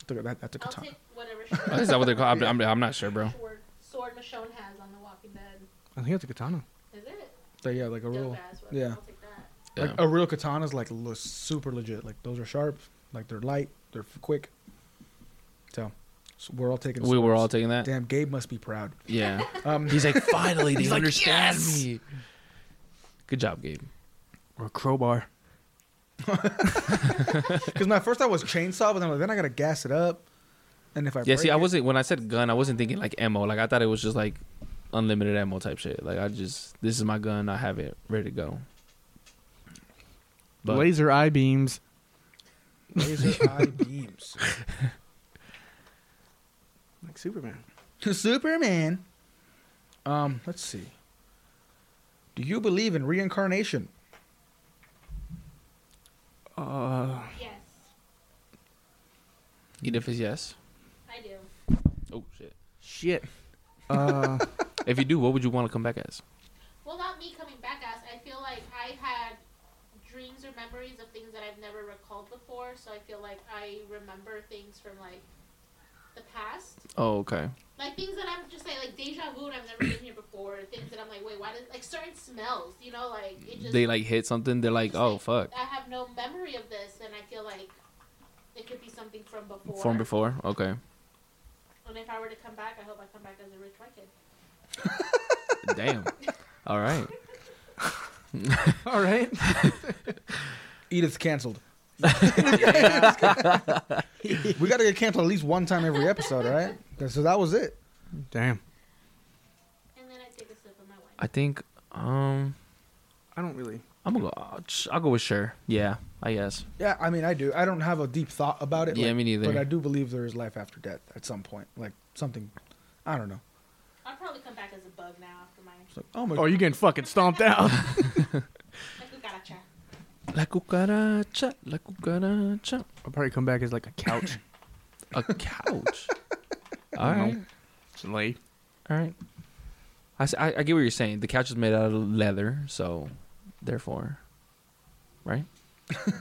I took that, that's a
I'll
katana.
take whatever
Is
sword,
that what they're
<laughs>
called? I'm, I'm, I'm not sure, bro.
sword, sword Michonne has on The Walking Dead.
I think it's a katana.
Is it?
So, yeah, like a
Dope
real,
ass weapon.
yeah,
I'll take that.
like
Yeah.
a real katana is like le- super legit. Like those are sharp. Like they're light. They're f- quick. So, so we're all taking.
We were
swords.
all taking that.
Damn, Gabe must be proud.
Yeah.
Um,
oh, <laughs> He's like, finally, they understand me. Good job, Gabe.
Or a crowbar.
Because my first thought was chainsaw, but then, I'm like, then I gotta gas it up. And if I
Yeah, see,
break
I
it-
wasn't when I said gun, I wasn't thinking like ammo. Like I thought it was just like unlimited ammo type shit. Like I just this is my gun, I have it ready to go. But
Laser eye beams.
laser eye beams.
Like Superman.
Superman. Um, let's see. Do you believe in reincarnation?
Uh,
Yes,
even if it's yes.
I do.
Oh shit.
<laughs> shit. Uh,
If you do, what would you want to come back as?
Well, not me coming back as. I feel like I had dreams or memories of things that I've never recalled before, so I feel like I remember things from like the past,
Oh, okay.
like things that I'm just like like deja vu, and I've never been here before. <clears throat> Things that I'm like, wait, why did like certain smells? You know, like it just
They like hit something, they're like,
just,
Oh fuck.
I have no memory of this, and I feel like it could be something from before.
From before? Okay.
And if I were to come back, I hope I come back as a rich white kid. <laughs>
Damn. All right.
all right.
Edith's canceled. <laughs> we got to get canceled at least one time every episode, all right? 'Cause- So that was it.
Damn.
And then I take a sip of my wine.
I think um
I don't really.
I'm gonna go I'll, ch- I'll go with sure. Yeah, I guess.
Yeah, I mean, I do. I don't have a deep thought about it.
Yeah,
like-
me neither.
But I do believe there is life after death at some point. Like something, I don't know.
I'll probably come back as a bug now after my
It's like, oh my.
Oh, you getting fucking stomped out.
like cucaracha.
La cucaracha, la cucaracha.
I'll probably come back as <coughs> like a couch.
A
<laughs>
couch. All right.
Lay.
All right. I, s- I- I get what you're saying. The couch is made out of leather, so therefore, right?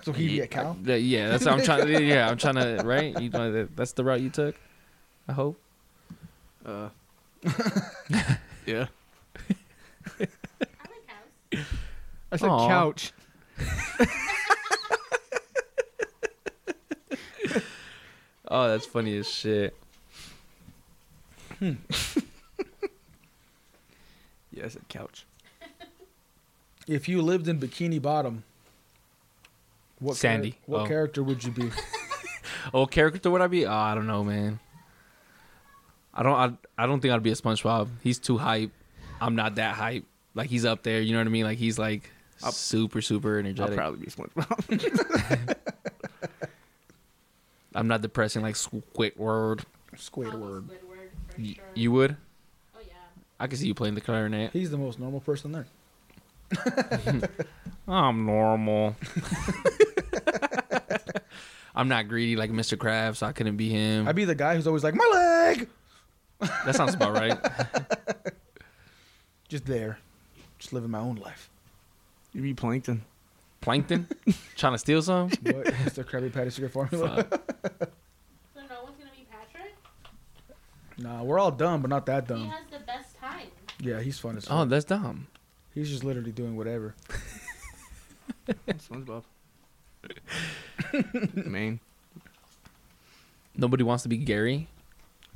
so he be a cow.
Yeah, yeah, that's what I'm trying
<laughs>
to. Yeah, I'm trying to. Right? You know, that- that's the route you took. I hope.
Uh. yeah.
I like cows.
I said
Aw.
couch.
Oh, that's funny as shit.
Hmm.
<laughs>
Yeah, I said couch.
If you lived in Bikini Bottom, what char-
Sandy.
what
Oh.
character would you be? <laughs>
Oh, character would I be? Oh, I don't know, man. I don't. I, I don't think I'd be a SpongeBob. He's too hype. I'm not that hype. Like he's up there. You know what I mean? Like he's like
I'll-
super super energetic.
I'll probably be SpongeBob. <laughs>
I'm not depressing like Squidward.
I'll
Squidward.
be Squidward for
Y-
sure.
you would?
Oh yeah.
I can see you playing the clarinet.
He's the most normal person there.
I'm normal. <laughs> I'm not greedy like Mr. Krabs. So I couldn't be him.
I'd be the guy who's always like, my leg,
<laughs> that sounds about right.
just there. Just living my own life.
You be plankton.
Plankton, trying to steal <laughs> some.
<laughs> What is the Krabby Patty secret formula?
So no one's gonna be Patrick.
nah, we're all dumb, but not that
He
dumb.
has the best time.
Yeah, he's fun as
Oh,
fuck.
that's dumb.
He's just literally
<laughs>
doing whatever.
<laughs>
<coughs>
<laughs> SpongeBob. Man.
Nobody wants to be Gary.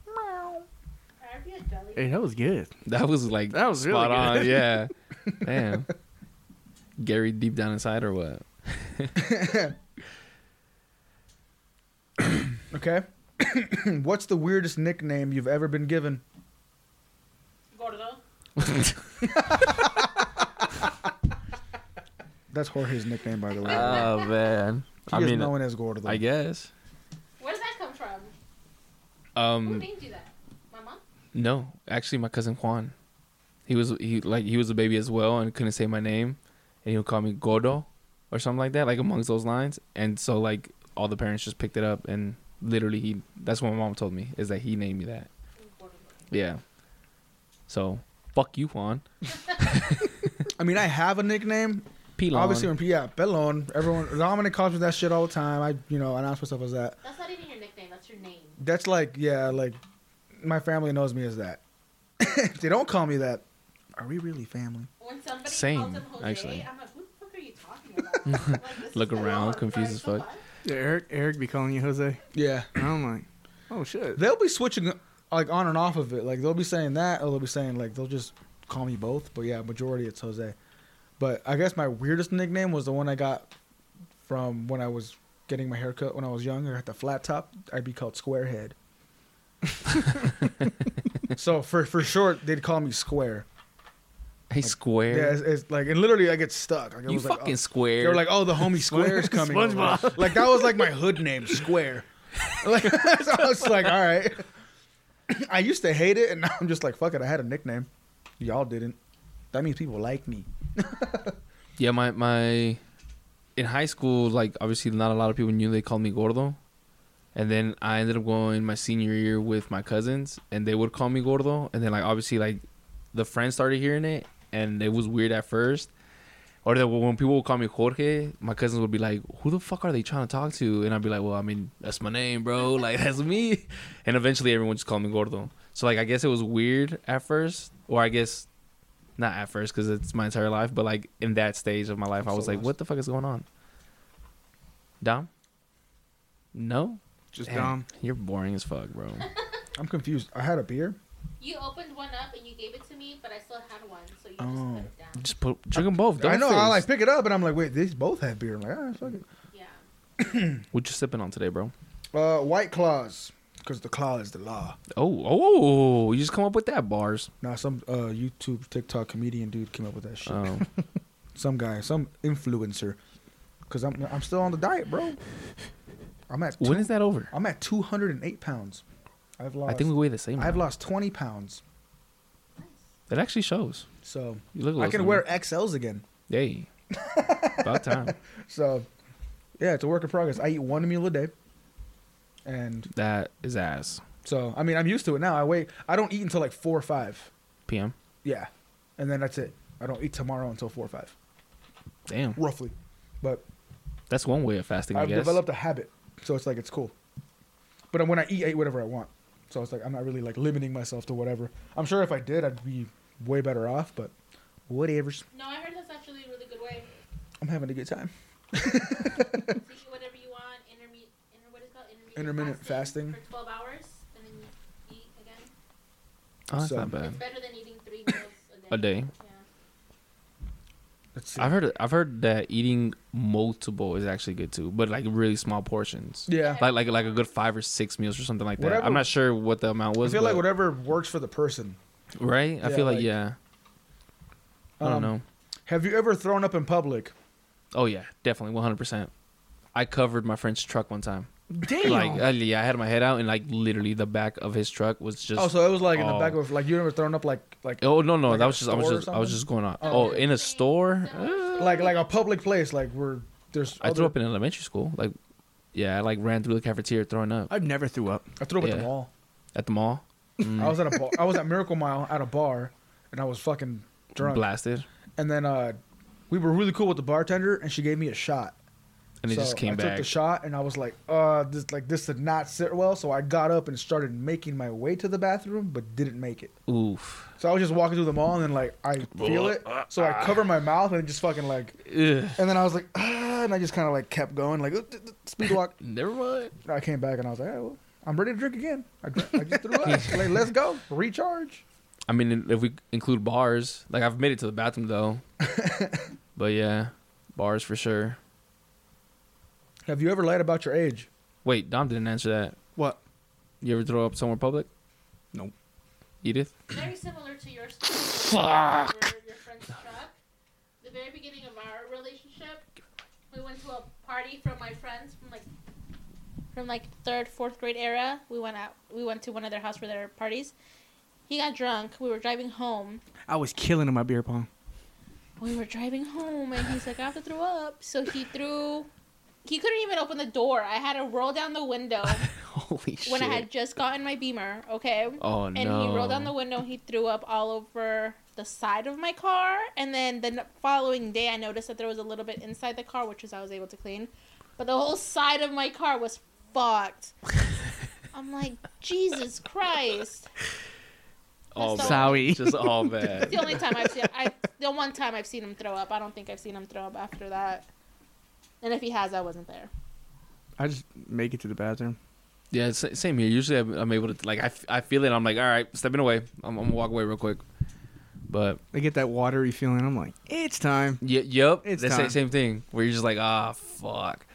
I'd be a jelly.
Eh.
Hey, that was good.
<laughs> That was like
That was really
spot
good.
on.
<laughs>
Yeah, damn. Gary deep down inside or <laughs> what?
Okay. <coughs> What's the weirdest nickname you've ever been given?
Gordo.
That's Jorge's nickname, by the way.
Oh man.
he is known as Gordo.
I guess.
Where does that come from? Who
Um,
named you that? My mom.
no, actually, my cousin Juan. He was he like he was a baby as well and couldn't say my name, and he would call me Gordo or something like that, like amongst those lines. And so like all the parents just picked it up and literally he that's what my mom told me is that he named me that. <laughs>
Gordo.
Yeah. So fuck you, Juan.
I mean, I have a nickname.
Pelon.
Obviously, when yeah, Pelon. Everyone, Dominic calls me that shit all the time. I, you know, announce myself as that.
That's not even your nickname. That's your name.
That's like, yeah, like my family knows me as that. <laughs> they don't call me that. Are we really family?
When somebody
Same,
calls him Jose,
actually.
I'm like, who the fuck are you
<laughs>
talking about? like, this is
Look
the
around,
law,
confused
right?
as
The
fuck.
Yeah, Eric Eric be calling you Jose.
Yeah,
And I'm like, oh shit.
they'll be switching like on and off of it. Like they'll be saying that, or they'll be saying like they'll just call me both. But yeah, majority it's Jose. But I guess my weirdest nickname was the one I got from when I was getting my haircut when I was young. I got the flat top. I'd be
<laughs>
called Squarehead. so for for short, they'd call me Square.
Hey, Square.
Yeah, it's, it's like and literally I get stuck. Like, it
you
was like,
fucking
oh.
Square.
They were like, "Oh,
<laughs>
the homie Square's coming." over." <laughs>
SpongeBob.
Like that was like my hood name, Square. <laughs> Like so I was like, "All right." <laughs> I used to hate it, and now I'm just like, "Fuck it." I had a nickname. Y'all didn't. That means people like me. uh,
Yeah, my my in high school, like obviously not a lot of people knew they called me Gordo. And then I ended up going my senior year with my cousins and they would call me Gordo and then like obviously like the friends started hearing it and it was weird at first. Or that when people would call me Jorge, my cousins would be like, "Who the fuck are they trying to talk to?" And I'd be like, "Well, I mean, that's my name, bro. <laughs> Like that's me." And eventually, everyone just called me Gordo. So like, I guess it was weird at first, or I guess not at first because it's my entire life, but like in that stage of my life, i
I'm
was
so
like,
lost.
"What the fuck is going on?" Dom? No,
Just
Damn,
dumb.
You're boring as fuck, bro.
I'm confused. I had a beer.
You opened one up and you gave it to me, but I still had one, so you
Oh.
just put it down.
just put, drink them both.
<laughs> I
Don't
know. I like
fizz.
pick it up, and I'm like, "Wait, these both have beer." I'm like, "All right, fuck it."
Yeah.
What you sipping on today, bro?
Uh, White Claws, because the claw is the law.
Oh, oh, you just come up with that bars.
Now, some uh, YouTube, TikTok comedian <laughs> dude came up with that shit.
Oh.
some guy, some influencer. Because I'm, I'm still on the diet, bro. I'm at
when is that over?
I'm at 208 pounds. I've lost.
I
I
think we weigh the same.
have
now.
lost 20 pounds,
That actually shows.
so
You look.
I
awesome.
can wear XLs again. <laughs>
Hey, about time.
So, yeah, it's a work in progress. I eat one meal a day, and
That is ass.
so I mean I'm used to it now. I wait. I don't eat until like four or five.
PM.
Yeah, and then that's it. I don't eat tomorrow until four or five,
Damn,
roughly. But
that's one way of fasting. I
I've
guess.
developed a habit, so it's like it's cool. But when I eat, I eat whatever I want. So it's like I'm not really like limiting myself to whatever. I'm sure if I did, I'd be way better off. But whatever's.
No, I heard that's actually a really good way
I'm having a good time.
to eat whatever you want. Interme- inter- what is it called? Intermittent,
Intermittent fasting.
for 12 hours, and then you eat again.
Oh, that's
So-
not bad.
It's better than eating three meals
A
a day.
day.
Yeah.
Let's see.
I've heard. I've heard that eating multiple is actually good too, but like really small portions.
Yeah.
Like like like a good five or six meals or something like that.
Whatever-
I'm not sure what the amount
I
was.
feel like
but-
whatever works for the person.
Right. I
Yeah,
feel like,
like-
yeah. I don't
Um,
know.
Have you ever thrown up in public?
Oh yeah, definitely 100. percent I covered my friend's truck one time.
Damn.
Like uh, yeah, I had my head out and like literally the back of his truck was just.
Oh, so it was like in the
Oh.
back of like you ever thrown up like like
Oh no no,
Like
that
at
was
a
just I was
store or
just I was
something?
just going on.
Oh.
Oh, in a store. Uh,
like like a public place like where there's
I
other-
threw up in elementary school. Like, yeah, I like ran through the cafeteria throwing up
I've never threw up.
I threw up at
yeah. Mm.
the mall.
at the mall.
I was at a bar. I was at Miracle Mile at a bar, and I was fucking drunk.
Blasted.
and then uh, we were really cool with the bartender, and she gave me a shot.
and it
So
just came
I took
back.
the shot, and I was like, "Uh, this like this did not sit well." So I got up and started making my way to the bathroom, but didn't make it.
Oof.
So I was just walking through the mall, and then like I feel it, so I cover my mouth and just fucking like, and then I was like, ah, and I just kind of like kept going, like "Uh, d- d- speed walk.
Never mind.
I came back and I was like, "All right, well, I'm ready to drink again. I, drank, I just threw up. like, let's go, recharge.
I mean, if we include bars, like I've made it to the bathroom
<laughs>
though. but yeah, bars for sure.
Have you ever lied about your age?
Wait, Dom didn't answer that.
What?
You ever throw up somewhere public?
Nope. <laughs>
Edith?
Very similar to yours. Fuck. Your friend's truck. The very beginning of our relationship, we went to a party from my friends from like from like third, fourth grade era. We went out. We went to one of their house for their parties. He got drunk. We were driving home.
I was killing in my beer pong.
We were driving home, and he's like, "I have to throw up." So he threw. He couldn't even open the door. I had to roll down the window
Holy <laughs> shit.
when I had just gotten my beamer. Okay.
oh
and
no.
he rolled down the window. He threw up all over the side of my car. And then the n- following day, I noticed that there was a little bit inside the car, which was I was able to clean, but the whole side of my car was
<laughs>
fucked. I'm like, Jesus Christ!
all
That's
bad.
the-
<laughs> Sorry.
Just all bad.
It's the only time I've seen I the one time I've seen him throw up. I don't think I've seen him throw up after that. And if he has, I wasn't there.
I just make it to the bathroom.
yeah, it's the same here. Usually I'm, I'm able to, like, I, f- I feel it. I'm like, all right, stepping away. I'm, I'm going to walk away real quick. But,
I get that watery feeling. I'm like, it's time.
y- yep,
It's
it's the
time.
same thing where you're just like, ah, fuck.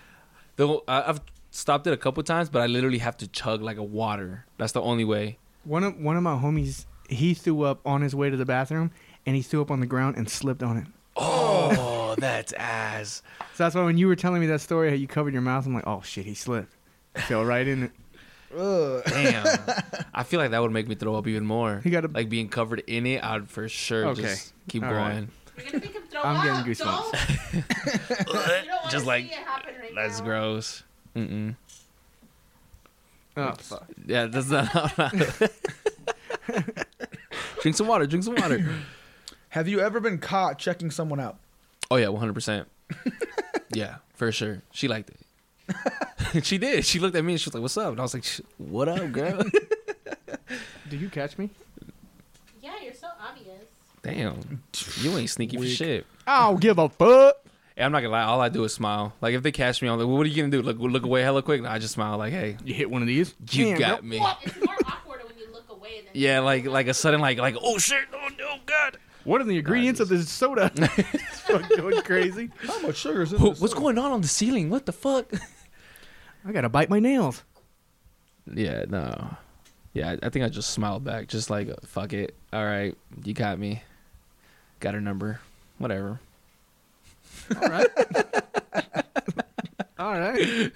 Though I- I've stopped it a couple times, but I literally have to chug like a water. That's the only way.
One of one of my homies, he threw up on his way to the bathroom, and he threw up on the ground and slipped on it.
<laughs> Oh, that's ass.
So that's why when you were telling me that story, how you covered your mouth, I'm like, oh shit, he slipped. Fell right in it.
Ugh.
<laughs>
Damn. I feel like that would make me throw up even more.
You gotta-
like being covered in it. I'd for sure
Okay.
just keep
All right.
going.
You're gonna make him throw
I'm
up.
getting goosebumps.
Don't, you don't wanna
Just
see
like,
it happen right
That's
now.
gross. Mm-mm.
<laughs> Oh fuck.
Yeah, that's not.
<laughs>
<laughs> drink some water. Drink some water.
Have you ever been caught checking someone out?
Oh yeah, one hundred percent. Yeah, for sure. She liked it. <laughs> she did. She looked at me and she was like, "What's up?" And I was like, "Sh- "What up, <laughs> girl?"
Did you catch me?
Yeah, you're so obvious.
Damn, you ain't sneaky for shit.
I don't give a fuck.
Hey, I'm not gonna lie. All I do is smile. Like if they catch me, I'm like, "What are you gonna do? Look, look away, hella quick." And I just smile, like, "Hey,
You hit one of these.
you
Damn,
got
bro.
me."
Well, it's more awkward when you look away than
Yeah, like like a sudden like like oh shit oh no god
What are the ingredients of this <laughs> soda? It's fucking going crazy.
How much sugar is in
Wha-
this?
what's going on on the ceiling what the fuck <laughs>
I gotta bite my nails.
yeah no yeah I, I think I just smiled back just like fuck it all right you got me got her number whatever
All <laughs> right. All right.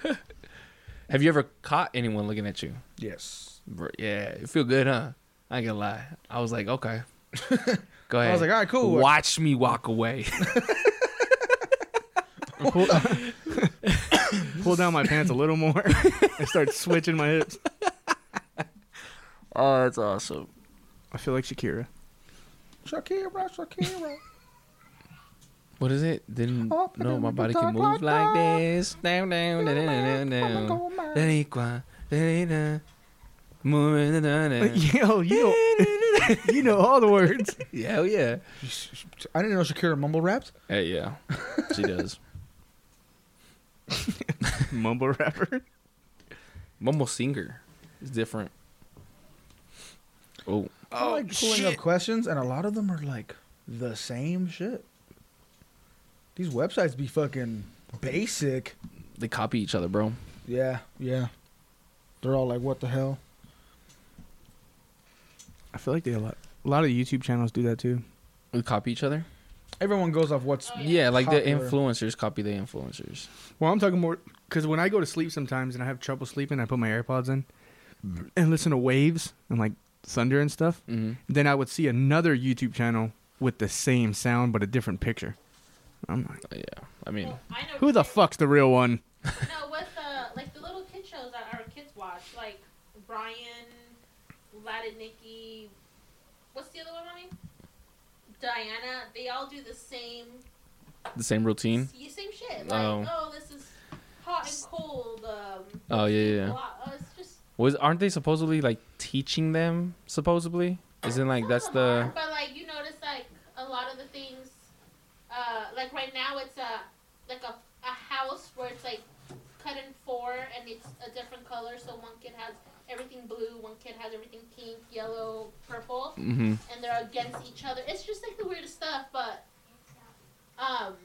have you ever caught anyone looking at you
Yes.
Br- yeah it feel good huh I ain't gonna lie I was like
<laughs>
okay go ahead
I was like, all right, cool.
watch me walk
<laughs>
away
Pull, <coughs> pull down my pants a little more and start switching my hips.
oh that's awesome
I feel like Shakira.
Shakira, Shakira.
what is it didn't
Up
no
and
my body can
down
move
like
like
that.
this down down down down down, down.
Come on, <laughs>
Yeah,
<laughs> Yo, you <laughs> know, you know all the words.
hell yeah.
I didn't know Shakira mumble raps.
Hey, yeah. She <laughs> does.
Mumble rapper.
Mumble singer is different. Oh,
I like pulling up questions, and a lot of them are like the same shit. These websites be fucking basic.
they copy each other, bro.
Yeah, yeah. They're all like, what the hell?
I feel like they a lot. A lot of YouTube channels do that too.
They copy each other?
Everyone goes off what's.
Oh, Yeah, like the
Popular.
influencers copy the influencers.
Well, I'm talking more because when I go to sleep sometimes and I have trouble sleeping, I put my AirPods in and listen to waves and like thunder and stuff.
Mm-hmm.
Then I would see another YouTube channel with the same sound but a different picture. I'm like,
Yeah. I mean,
Well, I know
who the
kids-
fuck's the real one?
No, with the like the little kid shows that our kids watch, like Brian, Ladinicky. What's the other one, mommy? Diana, they all do the same
The same routine.
s- same shit. Like,
Oh.
oh, this is hot and cold. Um,
Oh yeah, yeah. yeah.
blah, uh, it's just
Was aren't they supposedly like teaching them? Supposedly, isn't like
Some
that's
of 'em
the
are, but like you notice like a lot of the things, uh, like right now it's a like a, a house where it's like cut in four and it's a different color. So one kid has everything blue, one kid has everything pink, yellow, purple,
mm-hmm.
and they're against each other. It's just like the weirdest stuff. But um,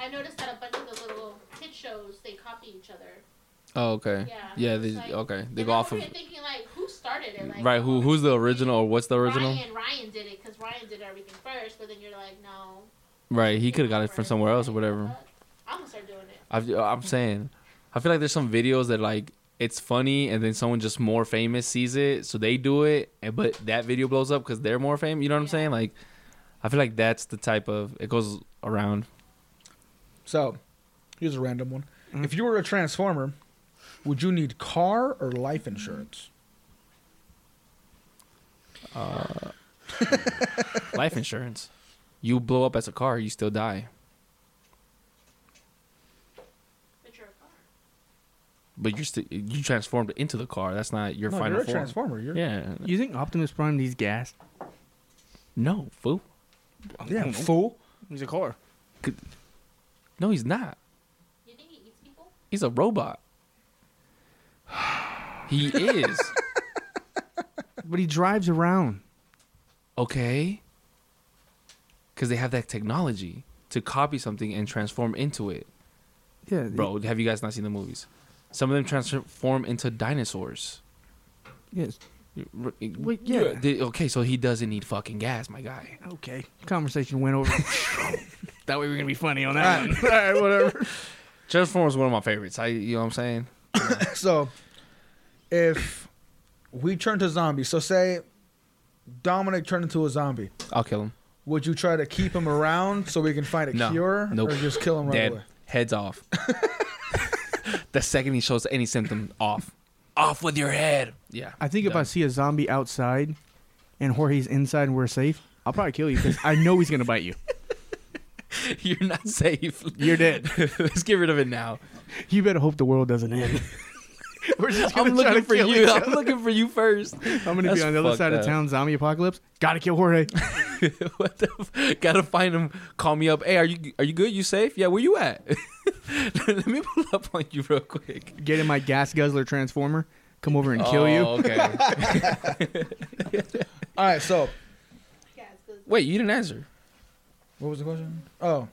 I noticed that a bunch of the little kid shows they copy each other.
Oh okay.
Yeah,
Yeah.
it's
They,
like-
okay. They
And
go
I'm
off
over
of
here thinking like who started it. Like,
right. Who who's the original or what's the original?
Ryan, Ryan did it because Ryan did everything first, but then you're like, no.
Right. He could have got it from somewhere else or whatever.
I'm gonna start doing it.
I've, I'm saying, I feel like there's some videos that like it's funny, and then someone just more famous sees it, so they do it, and but that video blows up because they're more famous. You know what I'm
Yeah.
saying? Like, I feel like that's the type of it goes around.
So, here's a random one.
Mm.
If you were a transformer, would you need car or life insurance?
Life insurance. You blow up as a car, you still die,
But you're a car.
but you're still you transformed into the car. That's not your
No,
final
you're a
form.
transformer. You're,
Yeah.
You think Optimus Prime needs gas?
No, fool.
yeah,
Mm-hmm.
fool. <laughs>
He's a car.
No, he's not.
You think he eats people?
He's a robot. <sighs> He
<laughs>
is.
But he drives around.
okay because they have that technology to copy something and transform into it
Yeah, he-
bro have you guys not seen the movies some of them transform into dinosaurs
Yes.
Wait,
yeah.
okay so he doesn't need fucking gas my guy
Okay. Conversation went over. <laughs> that way we're gonna be funny on that. one.
All right, whatever.
transformers one of my favorites i you know what i'm saying
so, if we turn to zombies, so say Dominic turned into a zombie,
i'll kill him
would you try to keep him around so we can find a
No.
cure,
Nope.
or just kill him right
dead
away?
heads
<laughs>
off the second he shows any symptom off off with your head yeah
I think if
done.
I see a zombie outside, and Jorge's inside, and we're safe, I'll probably kill you because I know he's gonna bite you.
<laughs> you're not safe
You're dead.
<laughs> let's get rid of it
<laughs>
now
<laughs> You better hope the world doesn't end. <laughs> we're just
I'm
try
looking
to
for
kill
you.
each
I'm looking for you first. <laughs>
I'm gonna
That's
be on the other
fucked
side
up.
of town, zombie apocalypse. Gotta kill Jorge.
what the? F- gotta find him. Call me up. Hey, are you are you good? You safe? Yeah. Where you at? <laughs> Let me pull up on you real quick.
Get in my gas guzzler transformer. Come over and kill you.
Oh,
<laughs>
Okay.
All right. So,
Yeah, it's good.
Wait, you didn't answer.
what was the question? Oh,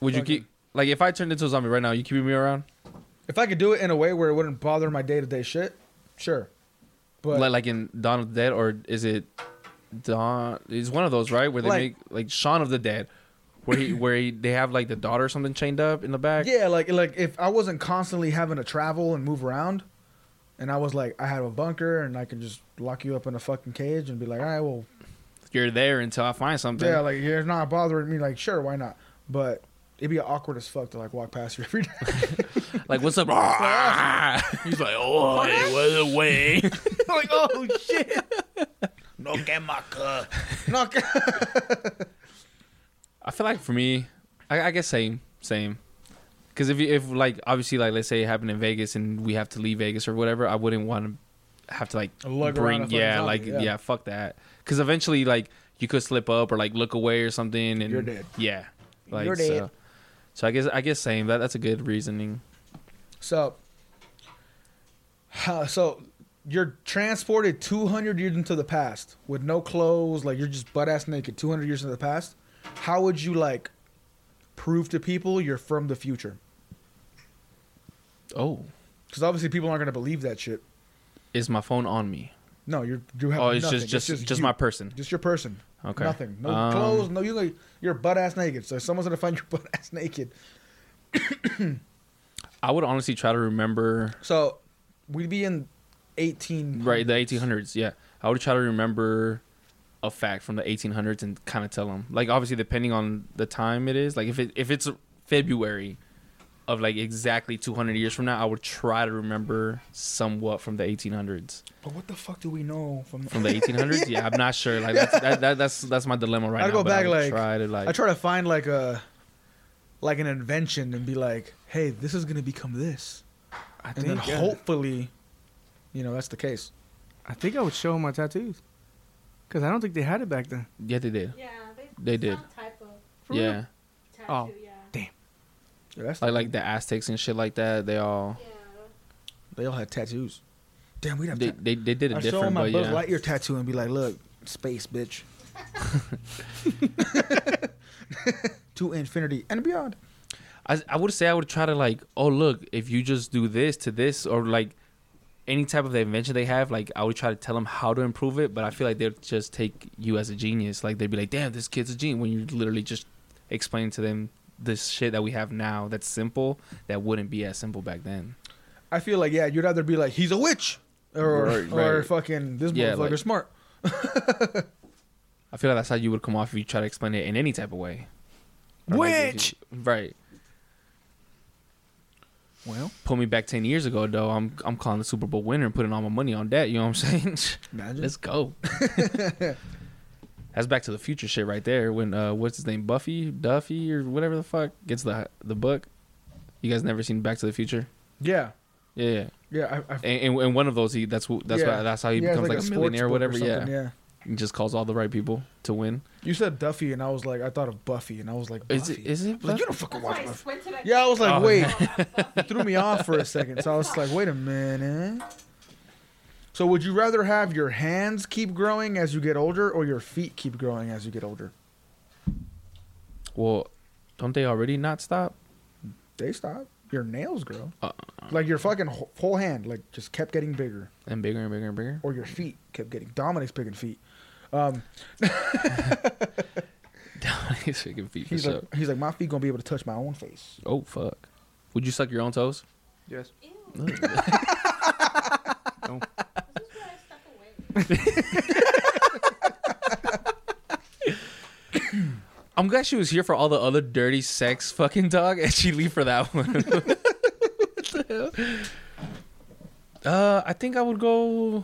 Would you
Okay.
keep like if I turned into a zombie right now? You keeping me around?
if I could do it in a way where it wouldn't bother my day to day shit, sure. But
like like in Dawn of the Dead, or is it Dawn? It's one of those right where they
Like-
make like Shaun of the Dead, where he where he, they have like the daughter or something chained up in the back.
Yeah, like like if I wasn't constantly having to travel and move around, and I was like, I have a bunker and I can just lock you up in a fucking cage and be like, all right, well,
You're there until I find something.
yeah, like you're not bothering me. Like, sure, why not? But it'd be awkward as fuck to like walk past you every <laughs> day.
Like what's
<laughs>
up? He's <laughs> like, oh,
<laughs> like, oh shit.
No get my car.
Knock.
I feel like for me, I, I guess same, same. Because if you- if like obviously like let's say it happened in Vegas and we have to leave Vegas or whatever, I wouldn't want to have to like
Lug around a
bring
fucking
yeah
zombie,
like
yeah.
yeah. fuck that. Because eventually like you could slip up or like look away or something and
You're dead.
Yeah, like
You're
so.
dead.
So I guess I guess same. That that's a good reasoning.
so, <sighs> huh, so you're transported 200 years into the past with no clothes, like you're just butt ass naked. 200 years into the past, how would you like prove to people you're from the future?
Oh,
Because obviously people aren't gonna believe that shit.
is my phone on me?
No, you're you have.
Oh, it's
nothing.
just just just,
you.
my person.
Just your person.
Okay.
Nothing. No
Um,
clothes. No, you. You're butt ass naked. So someone's gonna find <laughs> your butt ass naked.
I would honestly try to remember
So we'd be in eighteen.
Right, the 1800s. Yeah, I would try to remember a fact from the 1800s and kind of tell them. Like, obviously, depending on the time it is. Like, if it if it's February, of like exactly 200 years from now, I would try to remember somewhat from the 1800s.
But what the fuck do we know from?
From the
<laughs>
1800s, yeah, I'm not sure. Like that's that, that, that's that's my dilemma right
I'd
now.
go
but
back,
I would
like-
try to like
I try to find like a, like an invention and be like, hey, this is gonna become this,
I
and
think
then
uh,
hopefully, you know, that's the case.
I think I would show him my tattoos, cause I don't think they had it back then.
yeah, they did.
Yeah, they,
They did.
some type of
Yeah,
tattoo,
Oh.
yeah.
Yeah, that's
like like the Aztecs and shit like that. They all
Yeah.
they all had tattoos. Damn, we don't.
they they, they did it
I show
different,
him
but
my Buzz
yeah.
Lightyear tattoo and be like, look,
<laughs>
space, bitch. to infinity and beyond.
I, I would say I would try to like, oh look, if you just do this to this or like any type of invention they have, like I would try to tell them how to improve it. But I feel like they'd just take you as a genius. Like they'd be like, damn, this kid's a genius when you're literally just explaining to them this shit that we have now that's simple that wouldn't be as simple back then.
I feel like yeah, you'd either be like he's a witch, or
Right,
or
right.
fucking this
Yeah,
motherfucker
like-
smart.
I feel like that's how you would come off if you try to explain it in any type of way. Or, like, if
Witch!
you- right.
Well,
Put me back ten years ago though. I'm I'm calling the Super Bowl winner and putting all my money on that. You know what I'm <laughs> saying?
imagine.
Let's go. <laughs> That's Back to the Future shit right there. When uh, what's his name, Buffy, Duffy, or whatever the fuck gets the the book. You guys never seen Back to the Future?
yeah,
Yeah, yeah.
yeah. I, I,
And, and, and one of those, he that's wh- that's
Yeah.
why, that's how he
yeah, it's
becomes like, a,
sports
millionaire, or
book
whatever. yeah.
something, yeah.
he just calls all the right people to win.
You said Duffy, and I was like, I thought of Buffy, and I was like, Buffy.
Is it? Is it?
like, you
Buffy?
don't fucking
That's
watch
why I
Buffy.
squinted at
Yeah, I was like,
Oh, <laughs>
wait, you threw me off for a second. So I was like, wait a minute. So would you rather have your hands keep growing as you get older, or your feet keep growing as you get older?
well, don't they already not stop?
They stop. Your nails grow.
Uh,
like your fucking wh- whole hand, like just kept getting bigger,
And bigger and bigger and bigger. <laughs>
or your feet kept getting. Dominic's picking feet. Um,
He's freaking feet for
he's
sure.
like, he's like, my feet gonna be able to touch my own face.
Oh fuck! Would you suck your own toes?
Yes.
No.
This is where I stuck away.
I'm glad she was here for all the other dirty sex fucking dog, and she leave for that one. <laughs> What the hell? Uh, I think I would go.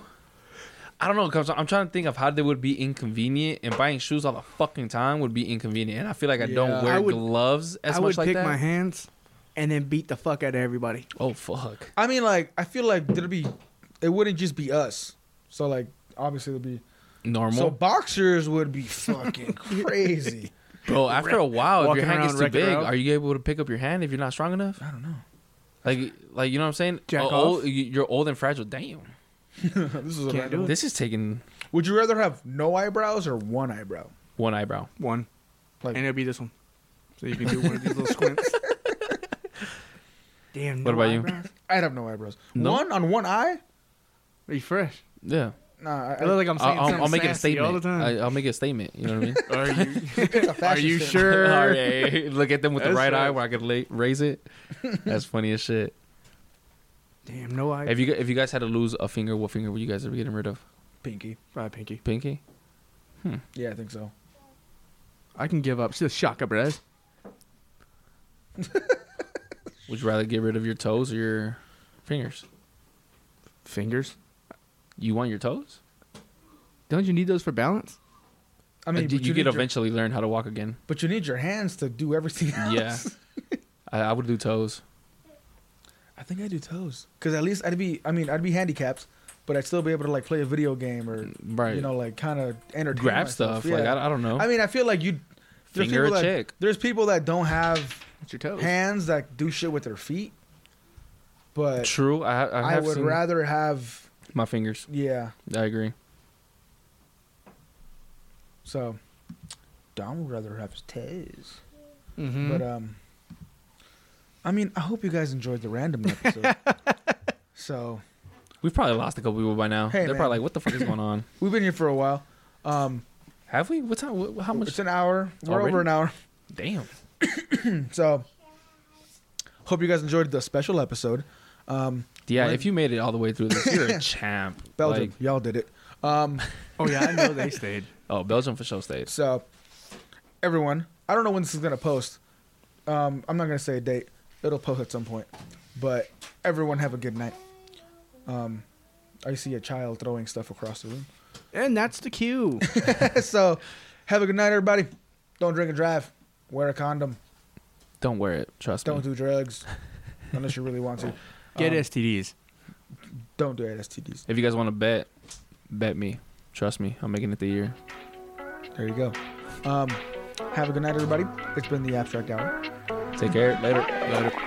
I don't know. Cause I'm trying to think of how they would be inconvenient, and buying shoes all the fucking time would be inconvenient. And I feel like I
Yeah.
don't wear
I would-
gloves as
I
much
would
like
pick
that.
my hands, and then beat the fuck out of everybody.
Oh fuck!
I mean, like, I feel like there'd be, it wouldn't just be us. So like, obviously there'd be. So
Normal,
boxers would be fucking crazy.
<laughs>
bro. After a while, if
walking
your hand
around
gets too
wrecking
big,
around.
are you able to pick up your hand if you're not strong enough?
I don't know.
Like, like you know what I'm saying?
Jack
Oh,
off?
old- you- you're old and fragile. Damn,
<laughs> this is a
Can't
random
do
one.
it.
this is taking
Would you rather have no eyebrows or one eyebrow?
one eyebrow.
One.
Like-
and it'll be this one. So you can do one of these little squints. <laughs> Damn.
What
no
about you?
eyebrows.
I'd have no eyebrows.
No?
One on one eye?
Are you fresh?
Yeah.
Nah, I,
I look like
I'll,
I'm saying
I'll-
something
I'll make it a
sassy
statement.
all the time.
I, will make it a statement. You know what I mean?
Are you,
it's a
are
fashion
you
statement.
<laughs> All
sure?
right. Look at them with the
That's
right eye
right.
where I could la- raise it. That's funny as shit.
Damn, no eye.
If you gu- if you guys had to lose a finger, what finger were you guys ever getting rid of?
Pinky.
Bye, Pinky.
Pinky.
Yeah, I think so.
I can give up. She's a shocker, bruh.
Would you rather get rid of your toes or your fingers?
Fingers.
You want your toes?
Don't you need those for balance?
I
I
mean,
mean,
but
Uh, you,
need
could
your-
eventually learn how to walk again.
but you need your hands to do everything else.
<laughs> Yeah. I, I would do toes.
I think I do toes. Cause at least I'd be, I mean, I'd be handicapped, but I'd still be able to like play a video game or,
Right.
you know, like kind of entertain.
Grab
myself.
stuff. Like
Yeah.
I, I don't know.
I mean, I feel like you there's
Finger a
people that-
chick.
There's people that don't have
It's your toes.
hands that do shit with their feet, but
True. I ha- I,
I,
have
would
seen
rather have
my fingers.
yeah.
I agree.
So Don would rather have his toes,
Hmm?
Mm-hmm.
but um, I mean, I hope you guys enjoyed
<laughs>
the random episode. so
We've probably lost a couple people by now.
Hey,
They're
man.
probably like, "What the fuck is going on?"
we've been here for a while. Um,
Have we? What time? What, how much?
it's an hour. We're
Already?
over an hour. <laughs>
Damn.
So hope you guys enjoyed the special episode. Um,
Yeah,
When-
if you made it all the way through this, you're a <laughs> champ.
Belgium,
Like,
y'all did it. Um,
oh yeah, I know they stayed.
oh, Belgium for show stage.
So, everyone, I don't know when this is gonna post. Um, I'm not gonna say a date, It'll post at some point. But everyone have a good night. Um, I see a child throwing stuff across the room.
<laughs>
<laughs>
And that's the <laughs> cue.
so have a good night, everybody. Don't drink and drive. Wear a condom.
Don't wear it. Trust
Don't
me.
do drugs unless you really want to.
Get
Um,
STDs.
Don't do STDs.
if you guys want to bet, bet me. Trust me. I'm making it the year.
There you go. Um, have a good night, everybody. It's been the Abstract Hour.
Take care. Later. Later.